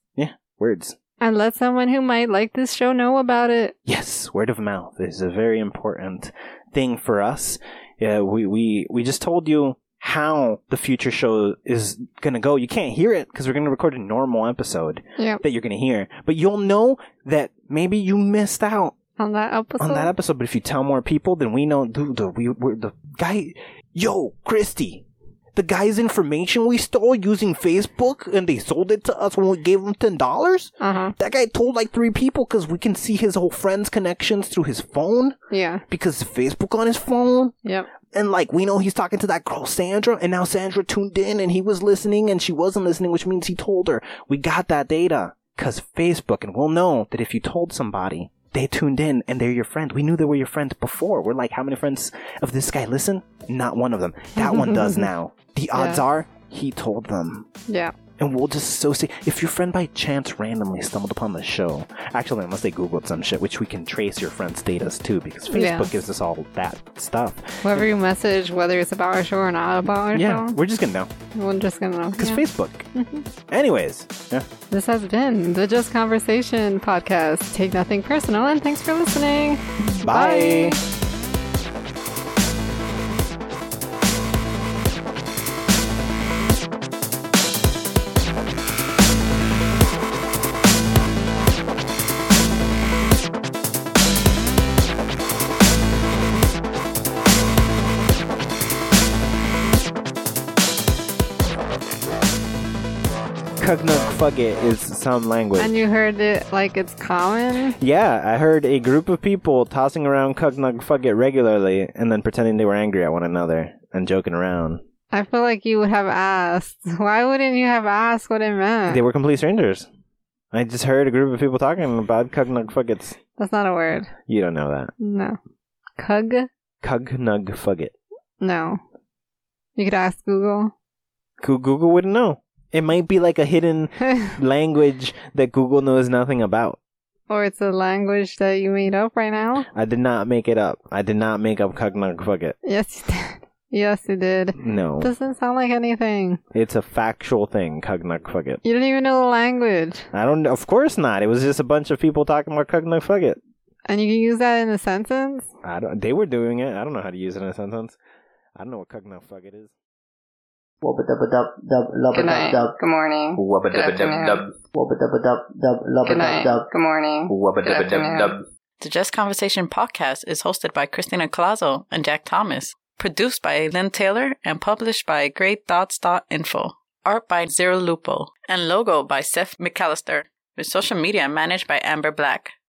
S2: Words.
S3: And let someone who might like this show know about it.
S2: Yes, word of mouth is a very important thing for us. Yeah, we, we, we just told you how the future show is going to go. You can't hear it because we're going to record a normal episode
S3: Yep.
S2: that you're going to hear, but you'll know that maybe you missed out
S3: On that episode.
S2: on that episode. But if you tell more people, then we know, dude, the, we, we're the guy, yo, Christy, the guy's information we stole using Facebook and they sold it to us when we gave them $10.
S3: uh huh.
S2: That guy told like three people because we can see his whole friend's connections through his phone
S3: Yeah.
S2: because Facebook on his phone.
S3: Yep.
S2: And like we know he's talking to that girl Sandra, and now Sandra tuned in and he was listening and she wasn't listening, which means he told her. We got that data because Facebook, and we'll know that if you told somebody, they tuned in and they're your friend. We knew they were your friend before. We're like, how many friends of this guy listen? Not one of them. That one does now. The odds
S3: Yeah.
S2: are he told them
S3: Yeah.
S2: and we'll just associate. If your friend by chance randomly stumbled upon the show, actually, unless they Googled some shit, which we can trace your friend's status too, because Facebook
S3: Yeah.
S2: gives us all that stuff.
S3: Whoever you message, whether it's about our show or not about our
S2: Yeah,
S3: show,
S2: we're just gonna know
S3: we're just gonna know.
S2: because
S3: Yeah. Mm-hmm.
S2: Facebook. Anyways, yeah.
S3: This has been the Just Conversation podcast. Take nothing personal, and thanks for listening.
S2: Bye. Kugnug Fugget is some language.
S3: And you heard it like it's common.
S2: Yeah, I heard a group of people tossing around Kugnug Fugget regularly and then pretending they were angry at one another and joking around.
S3: I feel like you would have asked. Why wouldn't you have asked what it meant?
S2: They were complete strangers. I just heard a group of people talking about Kugnug Fugget's.
S3: That's not a word.
S2: You don't know that.
S3: No. Cug?
S2: Kugnug Fugget.
S3: No. You could ask Google.
S2: Goo- Google wouldn't know. It might be like a hidden language that Google knows nothing about.
S3: or it's a language that you made up right now.
S2: I did not make it up. I did not make up Kugnug Fugget.
S3: Yes, you did. Yes, you did.
S2: No.
S3: Doesn't sound like anything.
S2: It's a factual thing, Kugnug Fugget.
S3: You don't even know the language.
S2: I don't Of course not. It was just a bunch of people talking about Kugnug Fugget.
S3: And you can use that in a sentence?
S2: I don't. They were doing it. I don't know how to use it in a sentence. I don't know what cugnut fuck it is.
S4: Wubba dubba dub dub lubba dub dub.
S3: Good morning.
S5: Wubba dubba dub dub.
S4: Wubba dubba dub dub lubba dub dub.
S3: Good morning.
S5: Wubba dubba dub dub.
S1: The Just Conversation podcast is hosted by Christina Colazo and Jack Thomas, produced by Lynn Taylor, and published by GreatThoughts.info. Art by Zero Lupo, and logo by Seth McAllister, with social media managed by Amber Black.